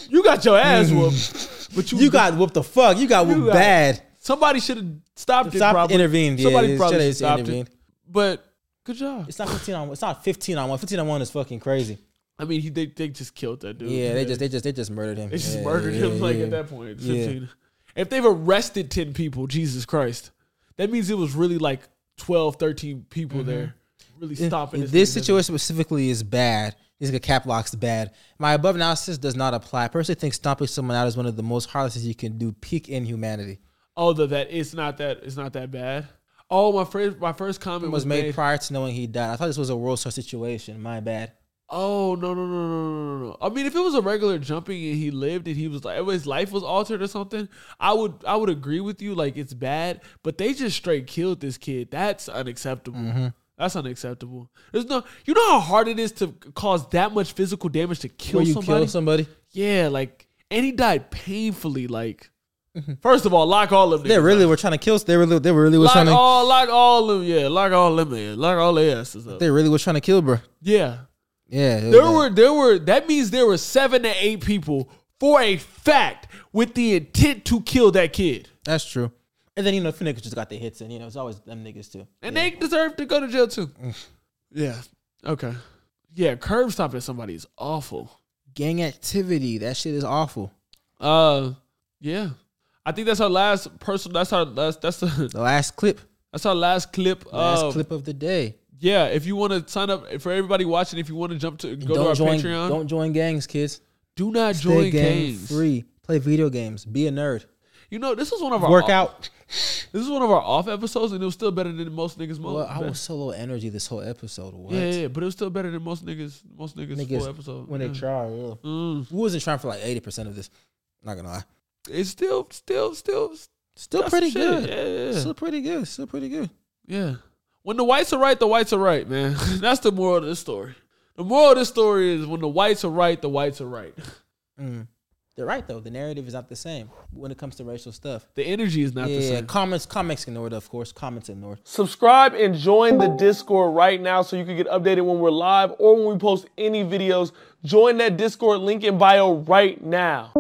[SPEAKER 2] you got your ass whooped, but you,
[SPEAKER 3] Mm. You got whooped the fuck. You got
[SPEAKER 2] you
[SPEAKER 3] whooped
[SPEAKER 2] got-
[SPEAKER 3] bad.
[SPEAKER 2] Somebody should have stopped it.
[SPEAKER 3] Stopped,
[SPEAKER 2] Probably
[SPEAKER 3] intervened, yeah,
[SPEAKER 2] Somebody
[SPEAKER 3] it
[SPEAKER 2] probably
[SPEAKER 3] should've
[SPEAKER 2] should stopped
[SPEAKER 3] intervened.
[SPEAKER 2] it. But good job.
[SPEAKER 3] It's not 15 on. It's not 15 on one. 15 on one is fucking crazy.
[SPEAKER 2] I mean, he, they they just killed that dude.
[SPEAKER 3] Yeah, they just they just they just murdered him.
[SPEAKER 2] They just
[SPEAKER 3] Yeah,
[SPEAKER 2] murdered
[SPEAKER 3] yeah,
[SPEAKER 2] him like
[SPEAKER 3] yeah.
[SPEAKER 2] at that point.
[SPEAKER 3] Yeah.
[SPEAKER 2] 15. If they've arrested 10 people, Jesus Christ. That means it was really like 12, 13 people there really stopping
[SPEAKER 3] Mm-hmm. This,
[SPEAKER 2] this. nigga.
[SPEAKER 3] situation specifically is bad. This like a cap lock's bad. My above analysis does not apply. I personally think stomping someone out is one of the most harmless things you can do. Peak inhumanity.
[SPEAKER 2] Although that it's not that it's not that bad. Oh, my first my first comment
[SPEAKER 3] was made prior to knowing he died. I thought this was a world star situation. My bad.
[SPEAKER 2] Oh no no no no no no no! I mean, if it was a regular jumping and he lived and he was like, if his life was altered or something, I would I would agree with you. Like it's bad, but they just straight killed this kid. That's unacceptable.
[SPEAKER 3] Mhm.
[SPEAKER 2] That's unacceptable. There's no, you know how hard it is to cause that much physical damage to kill
[SPEAKER 3] Where you
[SPEAKER 2] somebody.
[SPEAKER 3] kill somebody.
[SPEAKER 2] yeah, like, and he died painfully. Like, first of all, lock all of them.
[SPEAKER 3] They Mm-hmm. really were trying to kill. They really they really was
[SPEAKER 2] lock
[SPEAKER 3] trying to.
[SPEAKER 2] all, lock all of them. Yeah, lock all of them. in. Lock all their asses up.
[SPEAKER 3] They really was trying to kill, bro.
[SPEAKER 2] yeah.
[SPEAKER 3] Yeah. it was
[SPEAKER 2] There
[SPEAKER 3] bad.
[SPEAKER 2] were there were that means there were seven to eight people for a fact with the intent to kill that kid.
[SPEAKER 3] That's true. And then you know, if niggas just got their hits in, you know, it's always them niggas too.
[SPEAKER 2] And they deserve to go to jail too.
[SPEAKER 3] Mm.
[SPEAKER 2] yeah. Okay. Yeah, curb stomping somebody is awful.
[SPEAKER 3] Gang activity, that shit is awful.
[SPEAKER 2] Uh yeah. I think that's our last personal that's our last that's the,
[SPEAKER 3] The last clip,
[SPEAKER 2] that's our last clip
[SPEAKER 3] last
[SPEAKER 2] of
[SPEAKER 3] clip of the day.
[SPEAKER 2] yeah, if you want to sign up for everybody watching, if you want to jump to
[SPEAKER 3] And
[SPEAKER 2] go to
[SPEAKER 3] don't
[SPEAKER 2] our
[SPEAKER 3] join,
[SPEAKER 2] Patreon,
[SPEAKER 3] don't join gangs, kids.
[SPEAKER 2] do not
[SPEAKER 3] Stay
[SPEAKER 2] join
[SPEAKER 3] gang
[SPEAKER 2] gangs.
[SPEAKER 3] free. Play video games. Be a nerd.
[SPEAKER 2] You know, this was one of our
[SPEAKER 3] Work
[SPEAKER 2] off-
[SPEAKER 3] out.
[SPEAKER 2] This is one of our off episodes, and it was still better than most niggas' mo-
[SPEAKER 3] Well, I
[SPEAKER 2] be-
[SPEAKER 3] was so low energy this whole episode. What?
[SPEAKER 2] Yeah, yeah, yeah, but it was still better than most niggas. Most niggas, full
[SPEAKER 3] Niggas,
[SPEAKER 2] episode
[SPEAKER 3] when
[SPEAKER 2] yeah. Mm.
[SPEAKER 3] they try, yeah. We wasn't trying for like eighty percent of this. Not gonna lie.
[SPEAKER 2] It's still, still, still,
[SPEAKER 3] Still
[SPEAKER 2] that's
[SPEAKER 3] pretty
[SPEAKER 2] shit.
[SPEAKER 3] good.
[SPEAKER 2] Yeah, yeah, yeah.
[SPEAKER 3] Still pretty good. Still pretty good.
[SPEAKER 2] yeah. When the whites are right, the whites are right, man. That's the moral of this story. The moral of this story is when the whites are right, the whites are right.
[SPEAKER 3] Mm. They're right though. The narrative is not the same when it comes to racial stuff.
[SPEAKER 2] The energy is not
[SPEAKER 3] yeah,
[SPEAKER 2] the same.
[SPEAKER 3] comments comments ignored, of course. Comments ignored.
[SPEAKER 2] Subscribe and join the Discord right now so you can get updated when we're live or when we post any videos. Join that Discord link in bio right now.